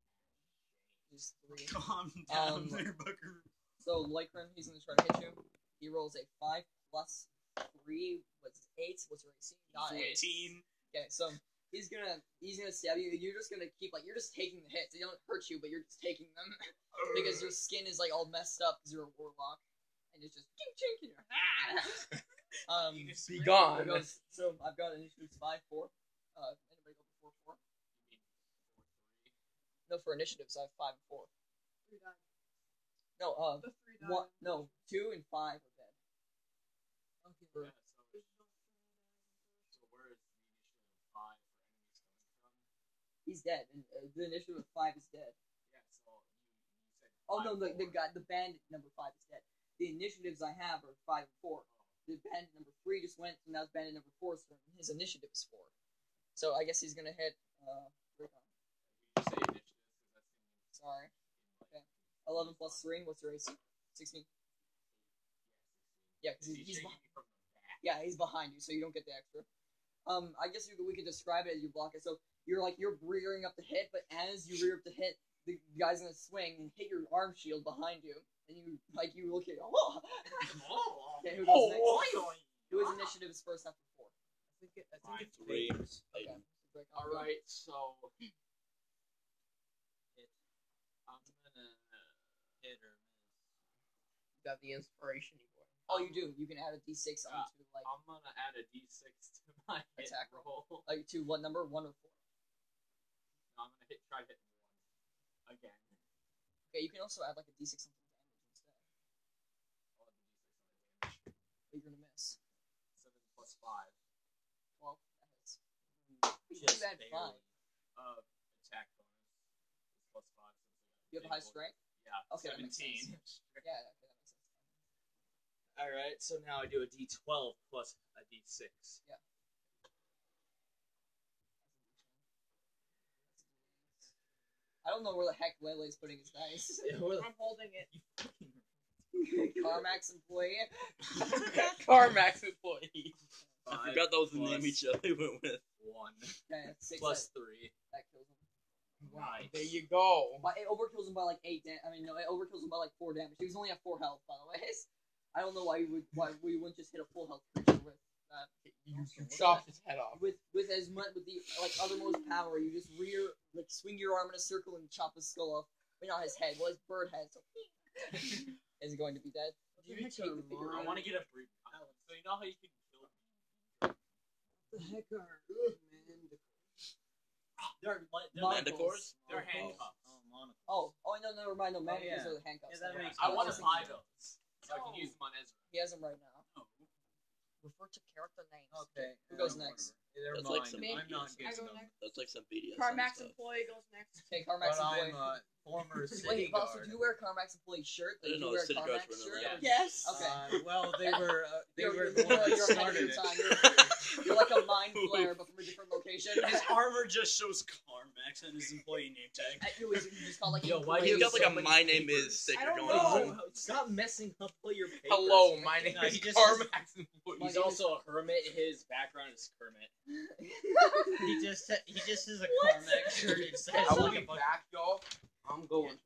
Speaker 2: just three.
Speaker 8: Calm down
Speaker 2: Um,
Speaker 8: there, Buckaroo.
Speaker 2: So Lycran, he's gonna try to hit you. He rolls a five plus three. What's eight? What's your AC? Not eight.
Speaker 8: Fourteen.
Speaker 2: Okay, so he's gonna he's gonna stab you. You're just gonna keep like you're just taking the hits. They don't hurt you, but you're just taking them (laughs) because your skin is like all messed up because you're a warlock, and it's just chink chink. And you're, ah! (laughs)
Speaker 1: (laughs)
Speaker 2: um,
Speaker 5: Be
Speaker 2: It
Speaker 5: gone.
Speaker 2: goes- so I've got initiatives five, four. Uh, anybody go before four? No, for initiatives I have five and four.
Speaker 6: Three dice.
Speaker 2: No, uh,
Speaker 6: The three dice.
Speaker 2: one, no, two and five are dead. Okay.
Speaker 1: Yeah,
Speaker 2: For,
Speaker 1: so, so where is the initiative of five for enemies coming from?
Speaker 2: he's dead, and uh, the initiative of five is dead.
Speaker 1: Yeah, so you, you said.
Speaker 2: Oh
Speaker 1: five
Speaker 2: no, the the
Speaker 1: before.
Speaker 2: guy, the bandit number five is dead. The initiatives I have are five and four. The bandit number three just went, and now it's bandit number four, so his initiative is four. So I guess he's gonna hit. Uh, Rickon.
Speaker 1: You say initiative, 'cause that's gonna be-
Speaker 2: sorry, eleven plus three. What's your AC? Sixteen. Yeah, 'cause
Speaker 1: Is
Speaker 2: he's,
Speaker 1: he
Speaker 2: he's
Speaker 1: shaking
Speaker 2: behind,
Speaker 1: you from the back?
Speaker 2: yeah, he's behind you, so you don't get the extra. Um, I guess you, we could describe it as you block it. So you're like you're rearing up the hit, but as you rear up the hit, the guy's gonna swing and hit your arm shield behind you, and you like you look at oh. (laughs)
Speaker 1: Oh,
Speaker 2: Okay, who goes
Speaker 1: oh,
Speaker 2: next?
Speaker 1: oh, oh.
Speaker 2: Who his initiative is first after four?
Speaker 4: I think, it, I
Speaker 1: Five,
Speaker 4: think it's
Speaker 3: three.
Speaker 4: Vader's.
Speaker 2: Okay. Break off.
Speaker 1: All right, so
Speaker 4: I'm gonna hit or miss.
Speaker 5: Got the inspiration.
Speaker 3: (laughs)
Speaker 5: (laughs)
Speaker 2: Oh, you do. You can add a d6
Speaker 1: Yeah.
Speaker 2: onto like
Speaker 1: I'm gonna add a d6 to my hit
Speaker 2: Attack
Speaker 1: roll.
Speaker 2: like to what number? One or four.
Speaker 1: No, I'm gonna hit try hitting one again.
Speaker 2: Okay, you can also add like a d6 onto the damage instead,
Speaker 1: I'll add the d6 on the damage.
Speaker 2: but you're gonna miss.
Speaker 1: Seven plus five.
Speaker 2: You had five.
Speaker 1: Uh, attack bonus is plus five. so it's
Speaker 2: You have a high strength.
Speaker 1: Yeah.
Speaker 2: Okay, that makes
Speaker 1: Seventeen.
Speaker 2: Yeah, okay, that makes sense.
Speaker 1: (laughs) All right. So now I do a D12 plus a (laughs) D6.
Speaker 2: I don't know where the heck Lele's putting his
Speaker 1: (laughs)
Speaker 2: dice.
Speaker 6: I'm holding it.
Speaker 2: Carmax employee.
Speaker 5: Carmax employee.
Speaker 3: I
Speaker 1: Five
Speaker 3: forgot that was the
Speaker 1: plus
Speaker 3: name each other (laughs) we went with.
Speaker 1: One
Speaker 2: Okay, that's six
Speaker 1: plus three.
Speaker 2: that, that kills him.
Speaker 1: Nine.
Speaker 5: There you go.
Speaker 2: But it overkills him by like eight. Da- I mean, no, it overkills him by like four damage. He was only at four health, by the way. (laughs) I don't know why you would why we wouldn't just hit a full health creature with
Speaker 5: You chopped his head off.
Speaker 2: with with as much with the like othermost power. You just rear like swing your arm in a circle and chop his skull off. But not his head. Well, his bird head. So (laughs) is he going to be dead?
Speaker 1: Do you take the figure? I want to get a brief. So you know how you can kill.
Speaker 2: The heck are
Speaker 1: They're li- they're,
Speaker 2: Mon-
Speaker 1: like,
Speaker 3: Manticores?
Speaker 1: they're handcuffs.
Speaker 4: Oh, monocle.
Speaker 2: Oh, oh no, never mind. No, man,
Speaker 4: yeah.
Speaker 2: those are the handcuffs.
Speaker 4: Yeah, that
Speaker 2: Okay.
Speaker 4: makes
Speaker 1: I want
Speaker 2: was
Speaker 1: to
Speaker 2: thinking-
Speaker 1: buy those so I can
Speaker 6: Oh,
Speaker 1: use them on Ezra.
Speaker 2: He has them right now.
Speaker 1: No. Oh.
Speaker 2: Refer to character names.
Speaker 4: Okay.
Speaker 2: Who goes
Speaker 1: uh,
Speaker 2: next?
Speaker 4: They're
Speaker 3: That's
Speaker 4: mine.
Speaker 3: like some
Speaker 6: Man,
Speaker 1: I'm not
Speaker 6: I
Speaker 1: getting
Speaker 6: go
Speaker 1: them.
Speaker 6: next.
Speaker 3: That's like some BDSM
Speaker 6: Carmax
Speaker 3: stuff.
Speaker 6: employee goes next.
Speaker 2: Okay, Carmax
Speaker 4: But I'm
Speaker 2: employee.
Speaker 4: a
Speaker 1: (laughs)
Speaker 4: former city
Speaker 2: Wait,
Speaker 4: guard.
Speaker 2: boss, did you wear a Carmax employee shirt?
Speaker 3: I
Speaker 2: Did you
Speaker 3: didn't know
Speaker 2: wear a
Speaker 3: the city guards
Speaker 2: Carmax
Speaker 3: were
Speaker 2: shirt?
Speaker 3: in
Speaker 1: Yeah.
Speaker 6: Yes.
Speaker 2: Okay.
Speaker 4: Uh, well,
Speaker 2: (laughs)
Speaker 4: they were. Uh, they were
Speaker 2: You're- you're-
Speaker 4: the one
Speaker 2: you're
Speaker 4: that
Speaker 3: (laughs)
Speaker 2: ahead
Speaker 4: started it.
Speaker 2: of your time. You're, you're like a mind flare, but from a different location.
Speaker 8: His armor just shows Carmax and his employee name tag.
Speaker 2: At you, it's- you just call like
Speaker 1: Yo, why do
Speaker 3: He's
Speaker 1: you
Speaker 3: got
Speaker 2: employees.
Speaker 1: so
Speaker 3: like a my
Speaker 1: many
Speaker 3: name
Speaker 1: papers.
Speaker 3: is sticker
Speaker 6: I don't
Speaker 3: going
Speaker 6: know.
Speaker 3: on.
Speaker 1: No, stop messing up all your papers.
Speaker 5: Hello, my name
Speaker 4: No,
Speaker 5: is
Speaker 4: he just-
Speaker 5: Carmax
Speaker 1: He's
Speaker 5: employee.
Speaker 2: Like-
Speaker 1: also a hermit. His background is
Speaker 2: (laughs)
Speaker 1: hermit.
Speaker 4: He just he just has a
Speaker 6: What?
Speaker 4: Carmax shirt. It
Speaker 2: (laughs)
Speaker 4: says
Speaker 5: (laughs) I will
Speaker 4: like a
Speaker 5: be
Speaker 4: bunch-
Speaker 5: back, y'all. I'm going.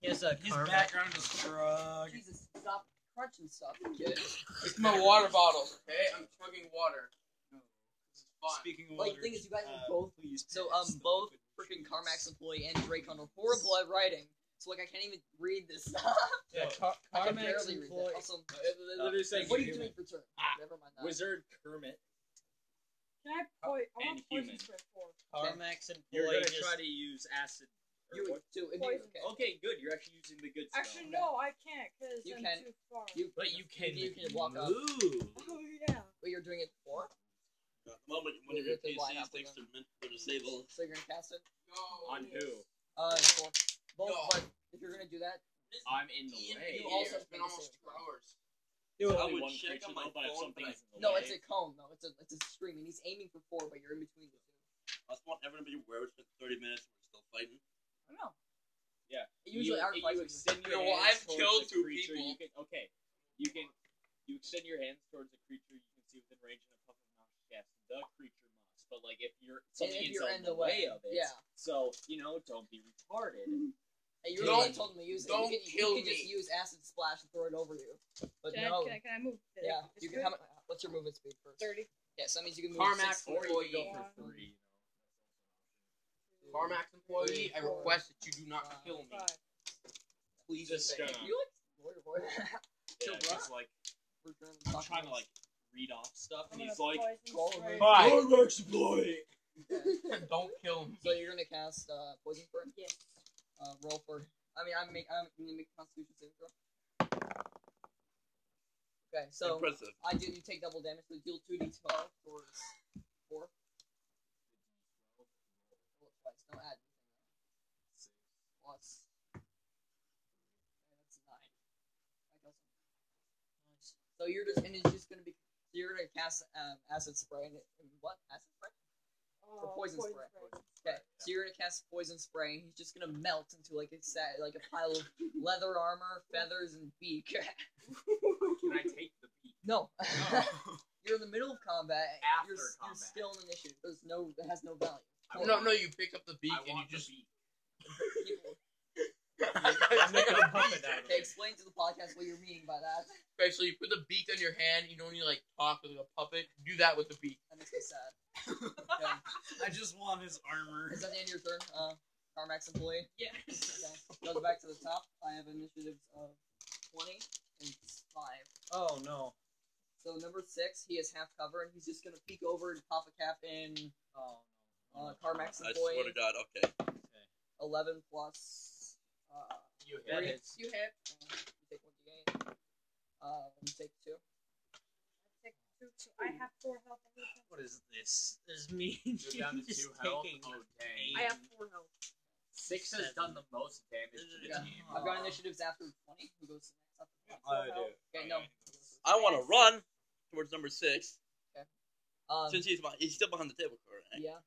Speaker 4: He has a
Speaker 8: His
Speaker 4: Carmax.
Speaker 8: background is drug.
Speaker 2: Jesus, stop crunching stuff. Get it.
Speaker 5: It's my water bottle, okay? I'm chugging water. This is fun.
Speaker 8: Speaking of
Speaker 2: Like,
Speaker 8: water,
Speaker 2: thing is, you guys are
Speaker 8: uh,
Speaker 2: both.
Speaker 8: please
Speaker 2: So, um,
Speaker 8: pass the
Speaker 2: both
Speaker 8: liquid
Speaker 2: freaking
Speaker 8: juice.
Speaker 2: Carmax employee and Dracon are horrible at writing. So, like, I can't even read this stuff. (laughs)
Speaker 5: Yeah, Car-
Speaker 2: I can
Speaker 5: Carmax
Speaker 2: barely read
Speaker 5: employee.
Speaker 2: that. Also,
Speaker 1: Uh, they literally say
Speaker 2: what are you
Speaker 1: human.
Speaker 2: doing for turn?
Speaker 1: Ah,
Speaker 2: Never mind that.
Speaker 1: Wizard Kermit.
Speaker 6: Can I poi I
Speaker 8: And
Speaker 6: want poison
Speaker 8: human.
Speaker 6: for four.
Speaker 4: Carmax and
Speaker 1: You're
Speaker 4: Boy
Speaker 1: gonna
Speaker 4: just
Speaker 1: try to use acid. or
Speaker 2: You
Speaker 1: what-
Speaker 2: would too. It'd be
Speaker 6: Poison.
Speaker 2: okay.
Speaker 1: Okay, good. You're actually using the good stuff.
Speaker 6: Actually, no, I can't because
Speaker 2: You
Speaker 6: I'm
Speaker 2: can.
Speaker 6: too far.
Speaker 2: You,
Speaker 1: But you can.
Speaker 2: You can walk up.
Speaker 1: move.
Speaker 6: Oh yeah.
Speaker 2: but you're doing it for.
Speaker 3: At the moment,
Speaker 2: when your They line PC up
Speaker 3: thinks
Speaker 2: thinks
Speaker 3: they're
Speaker 2: they're
Speaker 3: meant to disable,
Speaker 2: So you're gonna cast it.
Speaker 5: No.
Speaker 1: On who?
Speaker 2: Uh, for both.
Speaker 5: No.
Speaker 2: But if you're gonna do that,
Speaker 1: I'm in the
Speaker 5: Ian,
Speaker 1: way.
Speaker 2: you also
Speaker 5: it's been almost two hours.
Speaker 3: I
Speaker 1: only
Speaker 3: would
Speaker 1: one
Speaker 3: check on
Speaker 1: creature,
Speaker 3: my
Speaker 1: though, but if
Speaker 3: phone, but
Speaker 1: something's
Speaker 3: I-
Speaker 1: in the
Speaker 2: no,
Speaker 1: way-
Speaker 2: it's a cone. No, it's a it's a string, and he's aiming for four, but you're in between the two.
Speaker 3: I just want everyone to be aware it's been 30 minutes and we're still fighting.
Speaker 2: I don't know.
Speaker 1: Yeah.
Speaker 2: Usually
Speaker 1: you,
Speaker 2: our
Speaker 1: you
Speaker 2: fights are just-
Speaker 1: extend your
Speaker 5: No, well,
Speaker 1: hands
Speaker 5: I've
Speaker 1: towards
Speaker 5: killed
Speaker 1: the
Speaker 5: two
Speaker 1: creature,
Speaker 5: people.
Speaker 1: You can, okay, you can you extend your hands towards a creature you can see within range and a puff of noxious gas. The creature must, but like if you're something
Speaker 2: if
Speaker 1: is
Speaker 2: you're
Speaker 1: on
Speaker 2: in the way,
Speaker 1: of it,
Speaker 2: yeah.
Speaker 1: So you know, don't be retarded.
Speaker 2: Hey, you already
Speaker 5: Don't-
Speaker 2: told him to use it.
Speaker 5: don't
Speaker 2: you can,
Speaker 5: kill
Speaker 2: you can just
Speaker 5: me.
Speaker 2: use acid splash and throw it over you. But
Speaker 6: Can,
Speaker 2: no.
Speaker 6: I, can I can I move? Is
Speaker 2: yeah.
Speaker 6: it-
Speaker 2: You
Speaker 6: is
Speaker 2: can.
Speaker 6: it
Speaker 2: How, mu- what's your movement speed first?
Speaker 6: Thirty.
Speaker 2: Yeah. So that means you can move.
Speaker 5: Carmax
Speaker 2: six, four,
Speaker 1: Or you
Speaker 5: employee.
Speaker 1: can go for
Speaker 6: Yeah.
Speaker 1: free.
Speaker 5: Carmax employee, I request that you do not
Speaker 2: Five.
Speaker 5: kill me.
Speaker 6: Five.
Speaker 5: Please.
Speaker 1: Just uh,
Speaker 5: and thank
Speaker 1: gonna-
Speaker 5: you.
Speaker 2: You like lawyer boy?
Speaker 1: You know, yeah,
Speaker 2: Kill
Speaker 1: just like
Speaker 2: (laughs) We're currently
Speaker 1: I'm
Speaker 2: talking
Speaker 1: trying to
Speaker 2: about-
Speaker 1: like read off stuff,
Speaker 6: I'm
Speaker 1: and
Speaker 6: gonna
Speaker 1: he's like,
Speaker 6: poison
Speaker 2: Call
Speaker 6: spray.
Speaker 2: him.
Speaker 5: Hi.
Speaker 8: Carmax employee.
Speaker 5: (laughs) Don't kill me.
Speaker 2: So you're gonna cast uh, poison burn.
Speaker 6: Yes.
Speaker 2: Uh, roll for. I mean, I'm make. I'm gonna make a Constitution saving throw. Okay, so (laughs)
Speaker 3: Impressive.
Speaker 2: I do. You take double damage. So deal two d twelve towards four. Roll it twice. Don't add anything. Plus. Okay, that's nine. That does So you're just and it's just gonna be. So you're gonna cast um, acid spray and it, and what acid spray?
Speaker 6: Oh,
Speaker 2: poison spray.
Speaker 6: spray.
Speaker 2: Okay, so you're gonna cast poison spray, and he's just gonna melt into like a set, like a pile of (laughs) leather armor, feathers, and beak. (laughs)
Speaker 1: can I take the beat?
Speaker 2: no, you're in the middle of combat.
Speaker 1: After
Speaker 2: you're, you're
Speaker 1: combat.
Speaker 2: still in initiative. There's no, it has no value.
Speaker 1: I
Speaker 5: No,
Speaker 1: want-
Speaker 5: no, you pick up the beak
Speaker 1: I
Speaker 5: and you
Speaker 1: want
Speaker 5: just.
Speaker 1: the beat.
Speaker 2: People-
Speaker 1: I'm
Speaker 5: okay,
Speaker 1: gonna puff it out. of
Speaker 2: (laughs) okay,
Speaker 1: it.
Speaker 2: explain to the podcast what you're meaning by that.
Speaker 5: so you put the beak on your hand. You don't need to like talk with a puppet. Do that with the beak.
Speaker 2: That makes me sad. Okay.
Speaker 8: I just want his armor.
Speaker 2: Is that the end of your turn, uh, Carmax employee?
Speaker 9: Yes.
Speaker 2: Okay, goes back to the top. I have initiatives of twenty and five.
Speaker 4: Oh no.
Speaker 2: So number six, he has half cover, and he's just gonna peek over and pop a cap in
Speaker 4: Oh
Speaker 2: uh, Carmax
Speaker 3: I swear
Speaker 2: employee.
Speaker 3: to God, okay.
Speaker 4: no. Okay.
Speaker 2: Eleven plus. Uh,
Speaker 1: You
Speaker 2: three.
Speaker 1: hit it.
Speaker 10: (laughs)
Speaker 2: You hit. Uh, you take one d8. Uh, you take two.
Speaker 6: Take two poop, so I have four health. I need
Speaker 10: What is this? There's me.
Speaker 1: You're down to
Speaker 10: just
Speaker 1: two health.
Speaker 10: taking
Speaker 1: Oh,
Speaker 10: your
Speaker 1: dang.
Speaker 6: I have four health.
Speaker 1: Six has done the most damage to the
Speaker 2: Yeah.
Speaker 1: team.
Speaker 2: I've got initiatives after 20. Who goes next?
Speaker 6: four health.
Speaker 2: Okay, no.
Speaker 3: I want to run towards number six
Speaker 2: Um,
Speaker 3: since he's behind, he's still behind the table, correct?
Speaker 2: yeah.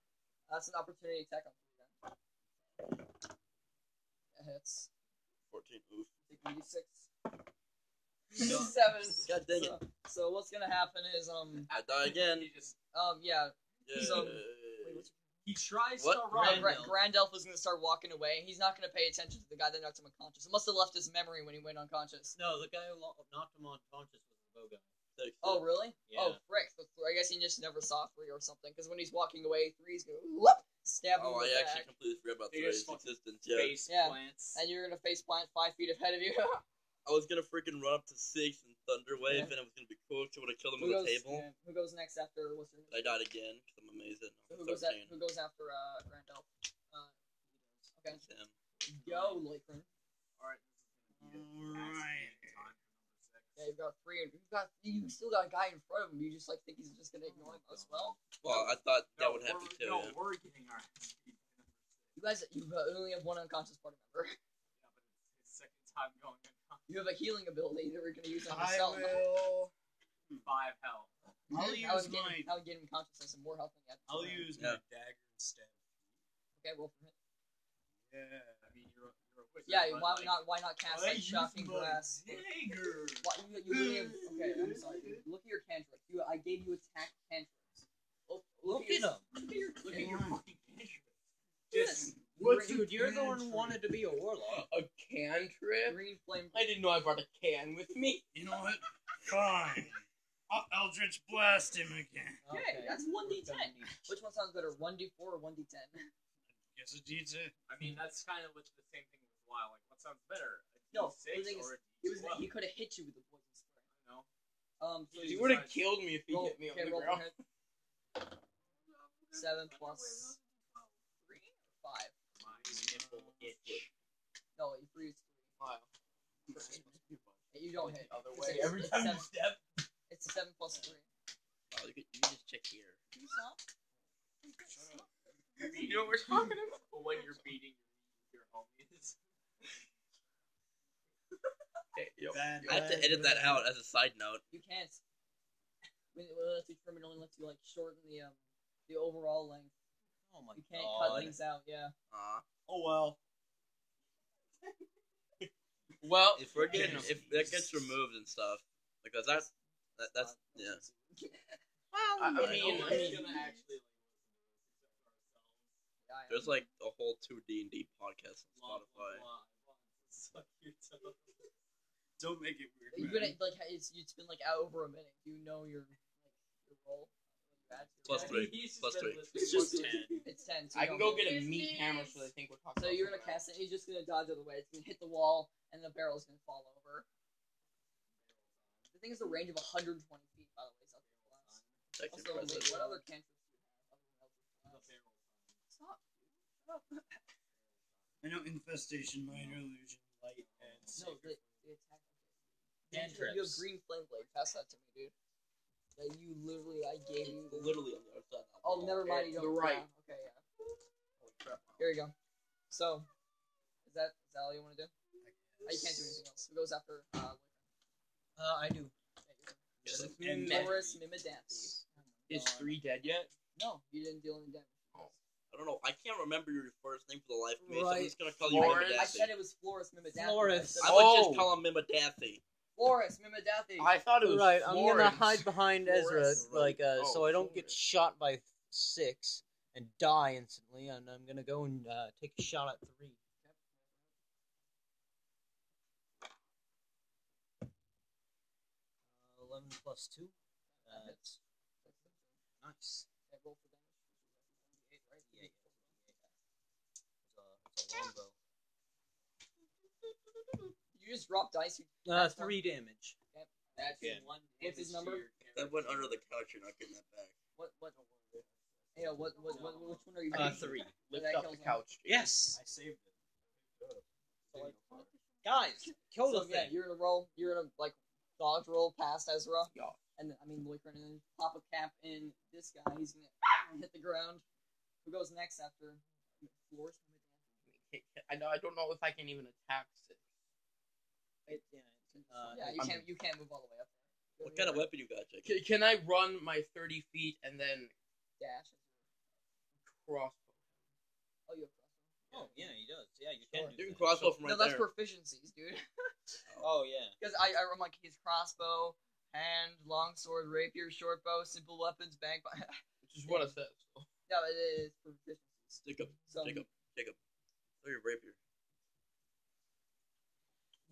Speaker 2: That's an opportunity attack on three then. That hits.
Speaker 3: Fourteen. Oof.
Speaker 2: Take 86. (laughs)
Speaker 3: Seven. God dang it!
Speaker 2: So, so what's gonna happen is, um,
Speaker 3: I die again.
Speaker 1: He just
Speaker 2: um, yeah,
Speaker 3: Yeah.
Speaker 2: So-
Speaker 10: He tries
Speaker 3: What?
Speaker 10: to run.
Speaker 2: Grand, Grand,
Speaker 10: though.
Speaker 2: Grandelf is gonna start walking away. He's not gonna pay attention to the guy that knocked him unconscious. It must have left his memory when he went unconscious.
Speaker 10: No, the guy who lo- knocked him unconscious was the bow guy.
Speaker 2: Oh, really? Oh,
Speaker 10: Yeah.
Speaker 2: frick. So I guess he just never saw three or something. Because when he's walking away, three's gonna whoop, stab him
Speaker 3: Oh,
Speaker 2: in the
Speaker 3: I
Speaker 2: back,
Speaker 3: actually completely forgot about
Speaker 1: They
Speaker 3: Threa's
Speaker 1: just fucking
Speaker 3: existence. Yeah.
Speaker 1: face
Speaker 2: Yeah.
Speaker 1: plants.
Speaker 2: and you're gonna face plant five feet ahead of you.
Speaker 3: I was gonna freaking run up to six and Thunderwave,
Speaker 2: Yeah.
Speaker 3: and it was gonna be cool. So would have killed him
Speaker 2: (laughs) who
Speaker 3: with a
Speaker 2: goes?
Speaker 3: table.
Speaker 2: Who goes next after? What's her name?
Speaker 3: I died again because I'm amazing.
Speaker 2: So who goes? At,
Speaker 3: Thirteen.
Speaker 2: who goes after uh, Grandelf? Uh, okay.
Speaker 3: Damn.
Speaker 2: Go, Lakeland.
Speaker 1: Alright, this is gonna be the time for number
Speaker 2: Yeah,
Speaker 1: six.
Speaker 2: you've got three, and you've got you still got a guy in front of him. You just like think he's just gonna ignore him as well.
Speaker 3: Well, I thought that
Speaker 1: No,
Speaker 3: would happen
Speaker 1: we're-
Speaker 3: too.
Speaker 1: No,
Speaker 3: yeah.
Speaker 1: we're getting our ass beat by number six.
Speaker 2: You guys, you uh, only have one unconscious party member.
Speaker 1: Yeah, but it's his second time going in.
Speaker 2: (laughs) You have a healing ability that we're gonna use on
Speaker 8: I
Speaker 2: yourself.
Speaker 8: will.
Speaker 1: Five health.
Speaker 8: I'll
Speaker 2: I would
Speaker 8: use
Speaker 2: get him-
Speaker 8: mine.
Speaker 2: I would get him consciousness and more health than he had.
Speaker 8: I'll
Speaker 2: before.
Speaker 8: use
Speaker 3: Yeah.
Speaker 8: my dagger instead.
Speaker 2: Okay, roll for hit.
Speaker 8: Yeah.
Speaker 1: I mean, you're a, you're a wizard.
Speaker 2: Yeah,
Speaker 1: but,
Speaker 2: why
Speaker 1: like,
Speaker 2: not? Why not cast
Speaker 8: I
Speaker 2: like
Speaker 8: use
Speaker 2: shocking
Speaker 8: my
Speaker 2: grass?
Speaker 8: (laughs) Dagger.
Speaker 2: Why, you, you literally have, okay, I'm sorry. Dude. Look at your cantrips. You, I gave you attack cantrips. Oh, look, at them.
Speaker 1: Look at your fucking picture.
Speaker 2: Yes.
Speaker 1: Just
Speaker 2: What's
Speaker 8: Dude, you're the one
Speaker 2: cantrip?
Speaker 8: who wanted to be a warlock.
Speaker 5: A cantrip?
Speaker 2: Green flame.
Speaker 5: I didn't know I brought a can with me.
Speaker 8: You know what? Fine. I'll Eldritch blast him again.
Speaker 2: Okay, that's one d ten. Which one sounds better, one d four or one d ten?
Speaker 8: Guess it needs it.
Speaker 1: I mean, that's kind of with the same thing with WoW. Like, what sounds better? A
Speaker 2: No,
Speaker 1: D6
Speaker 2: the thing is,
Speaker 1: or a
Speaker 2: He was.
Speaker 1: D12?
Speaker 2: He could have hit you with the poison spray.
Speaker 1: No.
Speaker 2: Um, so
Speaker 1: He
Speaker 5: You
Speaker 2: you
Speaker 5: would have
Speaker 1: would've
Speaker 5: killed me if you
Speaker 2: roll,
Speaker 5: hit me on
Speaker 2: okay,
Speaker 5: the
Speaker 2: roll
Speaker 5: ground.
Speaker 2: for hit. Seven plus three or five.
Speaker 1: My nipple
Speaker 2: (laughs)
Speaker 1: itch.
Speaker 2: No, you freeze three. You don't hit.
Speaker 5: (laughs)
Speaker 1: The other
Speaker 2: It's
Speaker 1: way.
Speaker 2: a-
Speaker 1: Every
Speaker 2: it's
Speaker 1: time you
Speaker 2: seven.
Speaker 1: step.
Speaker 2: It's a seven plus three.
Speaker 3: Wow, Oh, you, could, you could just check here.
Speaker 2: Can you stop?
Speaker 5: You know what we're talking about?
Speaker 1: But when you're beating your homies.
Speaker 3: Okay, yo.
Speaker 8: Bad,
Speaker 3: I have to
Speaker 8: bad,
Speaker 3: edit that
Speaker 8: bad.
Speaker 3: out as a side note.
Speaker 2: You can't. When it lets you trim, it only lets you like shorten the um the overall length.
Speaker 10: Oh my
Speaker 2: You can't cut
Speaker 10: god.
Speaker 2: things out. Yeah.
Speaker 3: Uh,
Speaker 8: Oh well.
Speaker 5: Well,
Speaker 3: if we're getting,
Speaker 8: Okay.
Speaker 3: if that gets removed and stuff, because that's that, that's yeah.
Speaker 5: I, I mean, I mean,
Speaker 1: gonna actually
Speaker 2: Yeah, I-
Speaker 3: There's like a whole two D and D podcast on
Speaker 1: like
Speaker 3: Spotify.
Speaker 1: Suck your toe.
Speaker 8: Don't make it weird.
Speaker 2: You're gonna
Speaker 8: man.
Speaker 2: like it's it's been like out over a minute. You know your like your roll.
Speaker 3: Plus three.
Speaker 1: He's just
Speaker 3: Plus
Speaker 1: been
Speaker 3: three.
Speaker 1: listening.
Speaker 8: It's just ten.
Speaker 2: It's ten. So
Speaker 5: I
Speaker 2: you
Speaker 5: can go
Speaker 2: don't
Speaker 5: get a meat
Speaker 11: Business.
Speaker 5: hammer so they think we're talking.
Speaker 2: So
Speaker 5: about
Speaker 2: you're gonna
Speaker 5: something
Speaker 2: cast it. He's just gonna dodge out of the way. It's gonna hit the wall, and the barrel's gonna fall over. The thing is, the range of 120 feet. By the way, is up to class.
Speaker 3: That's
Speaker 2: Also,
Speaker 3: impressive.
Speaker 2: wait, what other cantrips do you have? Other than Eldritch Blast? Stop.
Speaker 8: I know infestation, minor
Speaker 4: Mm-hmm.
Speaker 8: illusion, light, and
Speaker 2: No, the, the attack.
Speaker 10: Cantrips.
Speaker 2: You have green flame blade. Pass that to me, dude. That you literally, I gave you. the-
Speaker 3: Literally on the other side. of the
Speaker 2: Oh,
Speaker 3: wall.
Speaker 2: never mind. You
Speaker 5: the
Speaker 2: don't.
Speaker 5: right.
Speaker 2: yeah, Okay, yeah. Here we go. So, is that is that all you want to do? Oh, you can't do anything else. Who goes after? Uh,
Speaker 10: Uh, I do.
Speaker 8: Just
Speaker 2: Mimidanthi?
Speaker 8: an
Speaker 5: Meh.
Speaker 2: Taurus Mimidanthi.
Speaker 5: Is three dead yet?
Speaker 2: Uh, No, you didn't deal any damage.
Speaker 3: I don't know. I can't remember your first name for the life of me, so I'm
Speaker 10: Right.
Speaker 3: just gonna call
Speaker 5: Florence.
Speaker 3: you
Speaker 2: I
Speaker 3: Mimidaffy.
Speaker 2: said it was Floris Mimidanthi.
Speaker 10: Floris.
Speaker 2: I said-
Speaker 3: I would
Speaker 5: Oh.
Speaker 3: just call him Mimidaffy.
Speaker 2: Floris Mimidanthi.
Speaker 5: I thought it was
Speaker 10: Right, I'm gonna
Speaker 5: Florence.
Speaker 10: hide behind Ezra,
Speaker 2: Florence.
Speaker 10: like, uh,
Speaker 5: Oh,
Speaker 10: so I don't get
Speaker 5: Florence.
Speaker 10: shot by six and die instantly, and I'm gonna go and uh, take a shot at three. Uh, Eleven plus two. Uh, that's nice.
Speaker 2: Okay, roll for damage. Eight, right?
Speaker 10: Yeah, yeah, It's a, it's a
Speaker 2: You just dropped dice. You,
Speaker 10: longbow. Uh, three damage.
Speaker 1: That's
Speaker 8: Yeah.
Speaker 1: one.
Speaker 2: What's his number?
Speaker 3: That went under the couch. You're not getting that back.
Speaker 2: what what? Yeah, what, what, what, which one are you?
Speaker 10: Uh,
Speaker 2: doing?
Speaker 10: three.
Speaker 5: Lift
Speaker 2: That
Speaker 5: up
Speaker 2: kills
Speaker 5: the
Speaker 2: him.
Speaker 5: couch.
Speaker 10: Yes,
Speaker 8: I saved it.
Speaker 10: guys, kill
Speaker 2: So,
Speaker 10: the
Speaker 2: yeah,
Speaker 10: thing.
Speaker 2: you're gonna roll. You're gonna like dodge roll past Ezra,
Speaker 5: Yeah.
Speaker 2: and I mean Loiker, and then pop a cap in this guy. He's gonna hit the ground. Who goes next after floors?
Speaker 5: I know. I don't know if I can even attack six.
Speaker 4: It, yeah, it's, uh,
Speaker 2: yeah, you can't you can't move all the way up. There.
Speaker 3: What kind of weapon you got, Jake?
Speaker 5: Can, can I run my thirty feet and then
Speaker 2: dash?
Speaker 5: crossbow?
Speaker 2: Oh, you have
Speaker 7: Oh, yeah, he does. Yeah, you can do
Speaker 2: Sure.
Speaker 3: You can
Speaker 7: that.
Speaker 3: crossbow from
Speaker 2: crossbow. No,
Speaker 3: right
Speaker 2: that's
Speaker 3: there.
Speaker 2: proficiencies, dude.
Speaker 7: Oh, yeah.
Speaker 2: Because I, I am like his crossbow, hand, longsword, rapier, short bow, simple weapons, bank. (laughs) Bo-
Speaker 5: Which is what it says. So.
Speaker 2: no, it is proficiencies.
Speaker 3: Jacob,
Speaker 2: So
Speaker 3: Jacob, Jacob. Throw your rapier.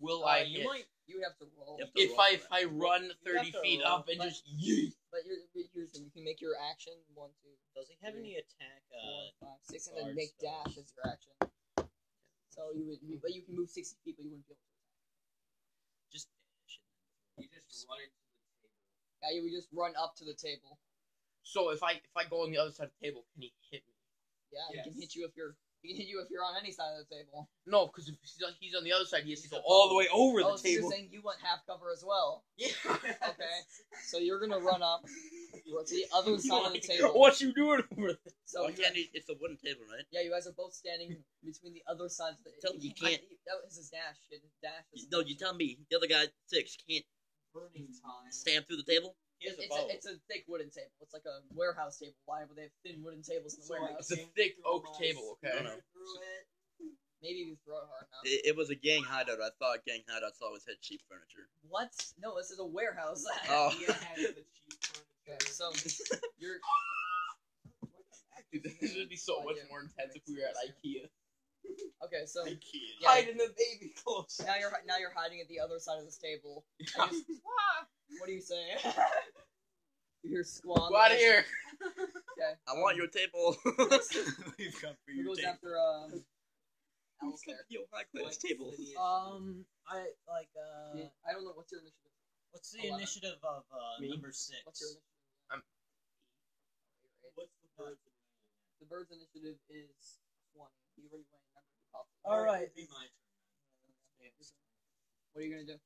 Speaker 5: Will
Speaker 2: Uh,
Speaker 5: I?
Speaker 7: you
Speaker 5: hit?
Speaker 7: might.
Speaker 2: you have to roll,
Speaker 3: Yep.
Speaker 5: If
Speaker 3: roll
Speaker 5: I
Speaker 3: for
Speaker 5: if
Speaker 3: that.
Speaker 5: I run thirty
Speaker 7: to
Speaker 5: feet
Speaker 7: roll.
Speaker 5: up and
Speaker 2: But-
Speaker 5: just yeet.
Speaker 2: but you're you're using you can make your action one, two,
Speaker 7: Does he have any attack?
Speaker 2: four,
Speaker 7: Uh,
Speaker 2: five, six, and then
Speaker 7: guard
Speaker 2: make
Speaker 7: spells.
Speaker 2: dash as your action. So you would, you, but you can move sixty feet, but you wouldn't be able to.
Speaker 7: just dash
Speaker 8: You just run into the table.
Speaker 2: Yeah, you would just run up to the table.
Speaker 5: So if I if I go on the other side of the table, can he hit me?
Speaker 2: Yeah, he can
Speaker 8: Yes.
Speaker 2: hit you if you're he can hit you if you're on any side of the table.
Speaker 5: No, because if he's on, he's on the other side, he has to
Speaker 7: He's
Speaker 5: go
Speaker 7: above.
Speaker 5: all the way over
Speaker 2: oh,
Speaker 5: the
Speaker 2: so
Speaker 5: table.
Speaker 2: you're saying you want half cover as well?
Speaker 5: Yeah.
Speaker 2: Okay, so you're gonna run up to the
Speaker 5: (laughs)
Speaker 2: other side of the
Speaker 5: Like,
Speaker 2: table.
Speaker 5: What you doing over there?
Speaker 2: So
Speaker 3: Why
Speaker 2: you
Speaker 3: can't he- it's a wooden table, right?
Speaker 2: Yeah, you guys are both standing between the other sides of the.
Speaker 3: Tell him you
Speaker 2: That was his dash. His dash.
Speaker 3: You-
Speaker 2: Is
Speaker 3: No, you tell me. The other guy, six, can't
Speaker 7: Burning
Speaker 8: (laughs)
Speaker 7: time.
Speaker 3: slam through the table.
Speaker 7: He has a
Speaker 2: it's,
Speaker 7: bow.
Speaker 2: a, it's a thick wooden table. It's like a warehouse table. Why would they have thin wooden tables in the
Speaker 7: So, like,
Speaker 2: warehouse?
Speaker 5: It's a thick oak table,
Speaker 3: I
Speaker 5: okay?
Speaker 3: don't know.
Speaker 2: Maybe you throw it hard enough.
Speaker 3: It, it was a gang hideout. I thought gang hideouts always had cheap furniture.
Speaker 2: what? No, this is a warehouse. (laughs)
Speaker 3: Oh,
Speaker 8: Yeah, has the cheap
Speaker 2: Okay,
Speaker 8: furniture.
Speaker 2: so you're.
Speaker 5: Dude, (laughs) this would be so
Speaker 2: Oh,
Speaker 5: much
Speaker 2: yeah.
Speaker 5: more intense if we were at IKEA.
Speaker 2: Okay, so
Speaker 3: IKEA.
Speaker 2: yeah,
Speaker 5: Hiding the baby clothes.
Speaker 2: now you're hi- now you're hiding at the other side of this table.
Speaker 5: Yeah.
Speaker 4: (laughs)
Speaker 2: And you just- what do you say? (laughs) you hear squawk.
Speaker 5: Go out of here.
Speaker 3: I want your table.
Speaker 7: We've come for
Speaker 2: Who
Speaker 7: your
Speaker 2: goes
Speaker 7: table.
Speaker 2: after uh? Alistair?
Speaker 3: Yo, my class table.
Speaker 2: Uh,
Speaker 4: Um, I like. Uh,
Speaker 2: Yeah, I don't know what's your initiative.
Speaker 7: What's
Speaker 2: the Eleven.
Speaker 7: initiative of uh,
Speaker 5: Me?
Speaker 7: number six?
Speaker 2: What's your initiative?
Speaker 5: I'm-
Speaker 2: Eight. The bird's initiative is one. You already went. Remember, you popped it.
Speaker 4: all right.
Speaker 7: Be my turn.
Speaker 2: What are you gonna do?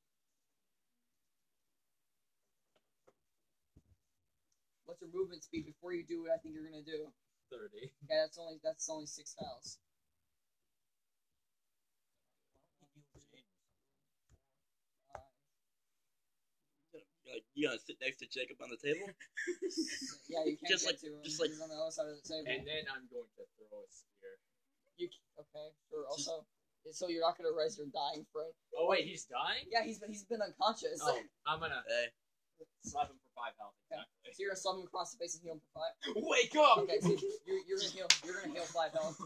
Speaker 2: What's your movement speed before you do what I think you're gonna do?
Speaker 7: 30.
Speaker 2: Okay, that's only that's only six tiles. Uh,
Speaker 3: Like, you gotta sit next to Jacob on the table.
Speaker 2: yeah, you can't
Speaker 3: Just
Speaker 2: get
Speaker 3: like-
Speaker 2: to him.
Speaker 3: just like-
Speaker 2: He's on the other side of the table.
Speaker 8: And then I'm going to throw a spear.
Speaker 2: You c- okay? Sure. Also, so you're not gonna res your dying friend.
Speaker 8: Oh wait, he's dying.
Speaker 2: Yeah, he's been he's been unconscious.
Speaker 8: Oh, I'm gonna
Speaker 3: Hey,
Speaker 8: slap him for five health.
Speaker 2: Yeah.
Speaker 8: Exactly.
Speaker 2: So you're gonna slam him across the face and heal him for five.
Speaker 5: Wake
Speaker 3: Oh.
Speaker 5: up.
Speaker 2: Okay, so you're, you're gonna heal. You're gonna heal five health.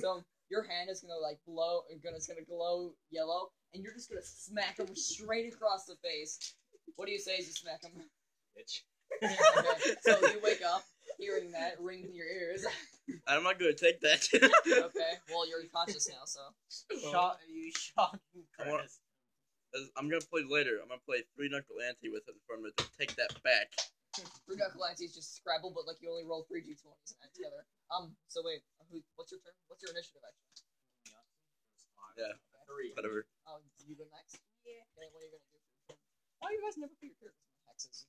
Speaker 2: So your hand is gonna like blow. Gonna, it's gonna glow yellow, and you're just gonna smack him straight across the face. What do you say as you smack him?
Speaker 8: Bitch.
Speaker 2: Okay, (laughs) so you wake up hearing that ring in your ears.
Speaker 3: I'm not gonna take that. (laughs)
Speaker 2: Okay, well you're conscious now, so
Speaker 4: Shot you shocking
Speaker 3: Oh. I wanna-
Speaker 4: Curtis.
Speaker 3: I'm gonna play later. I'm gonna play three knuckle ante with it from it. Take that back.
Speaker 2: three knuckle ante is just Scrabble, but like you only roll three d20s and add together. Um, so wait, who, what's your turn? What's your initiative actually?
Speaker 3: Yeah,
Speaker 8: Three.
Speaker 3: whatever.
Speaker 2: Oh, you go next.
Speaker 6: Yeah.
Speaker 2: Okay, what are you gonna do? For your turn? Why you guys never put your characters in hexes?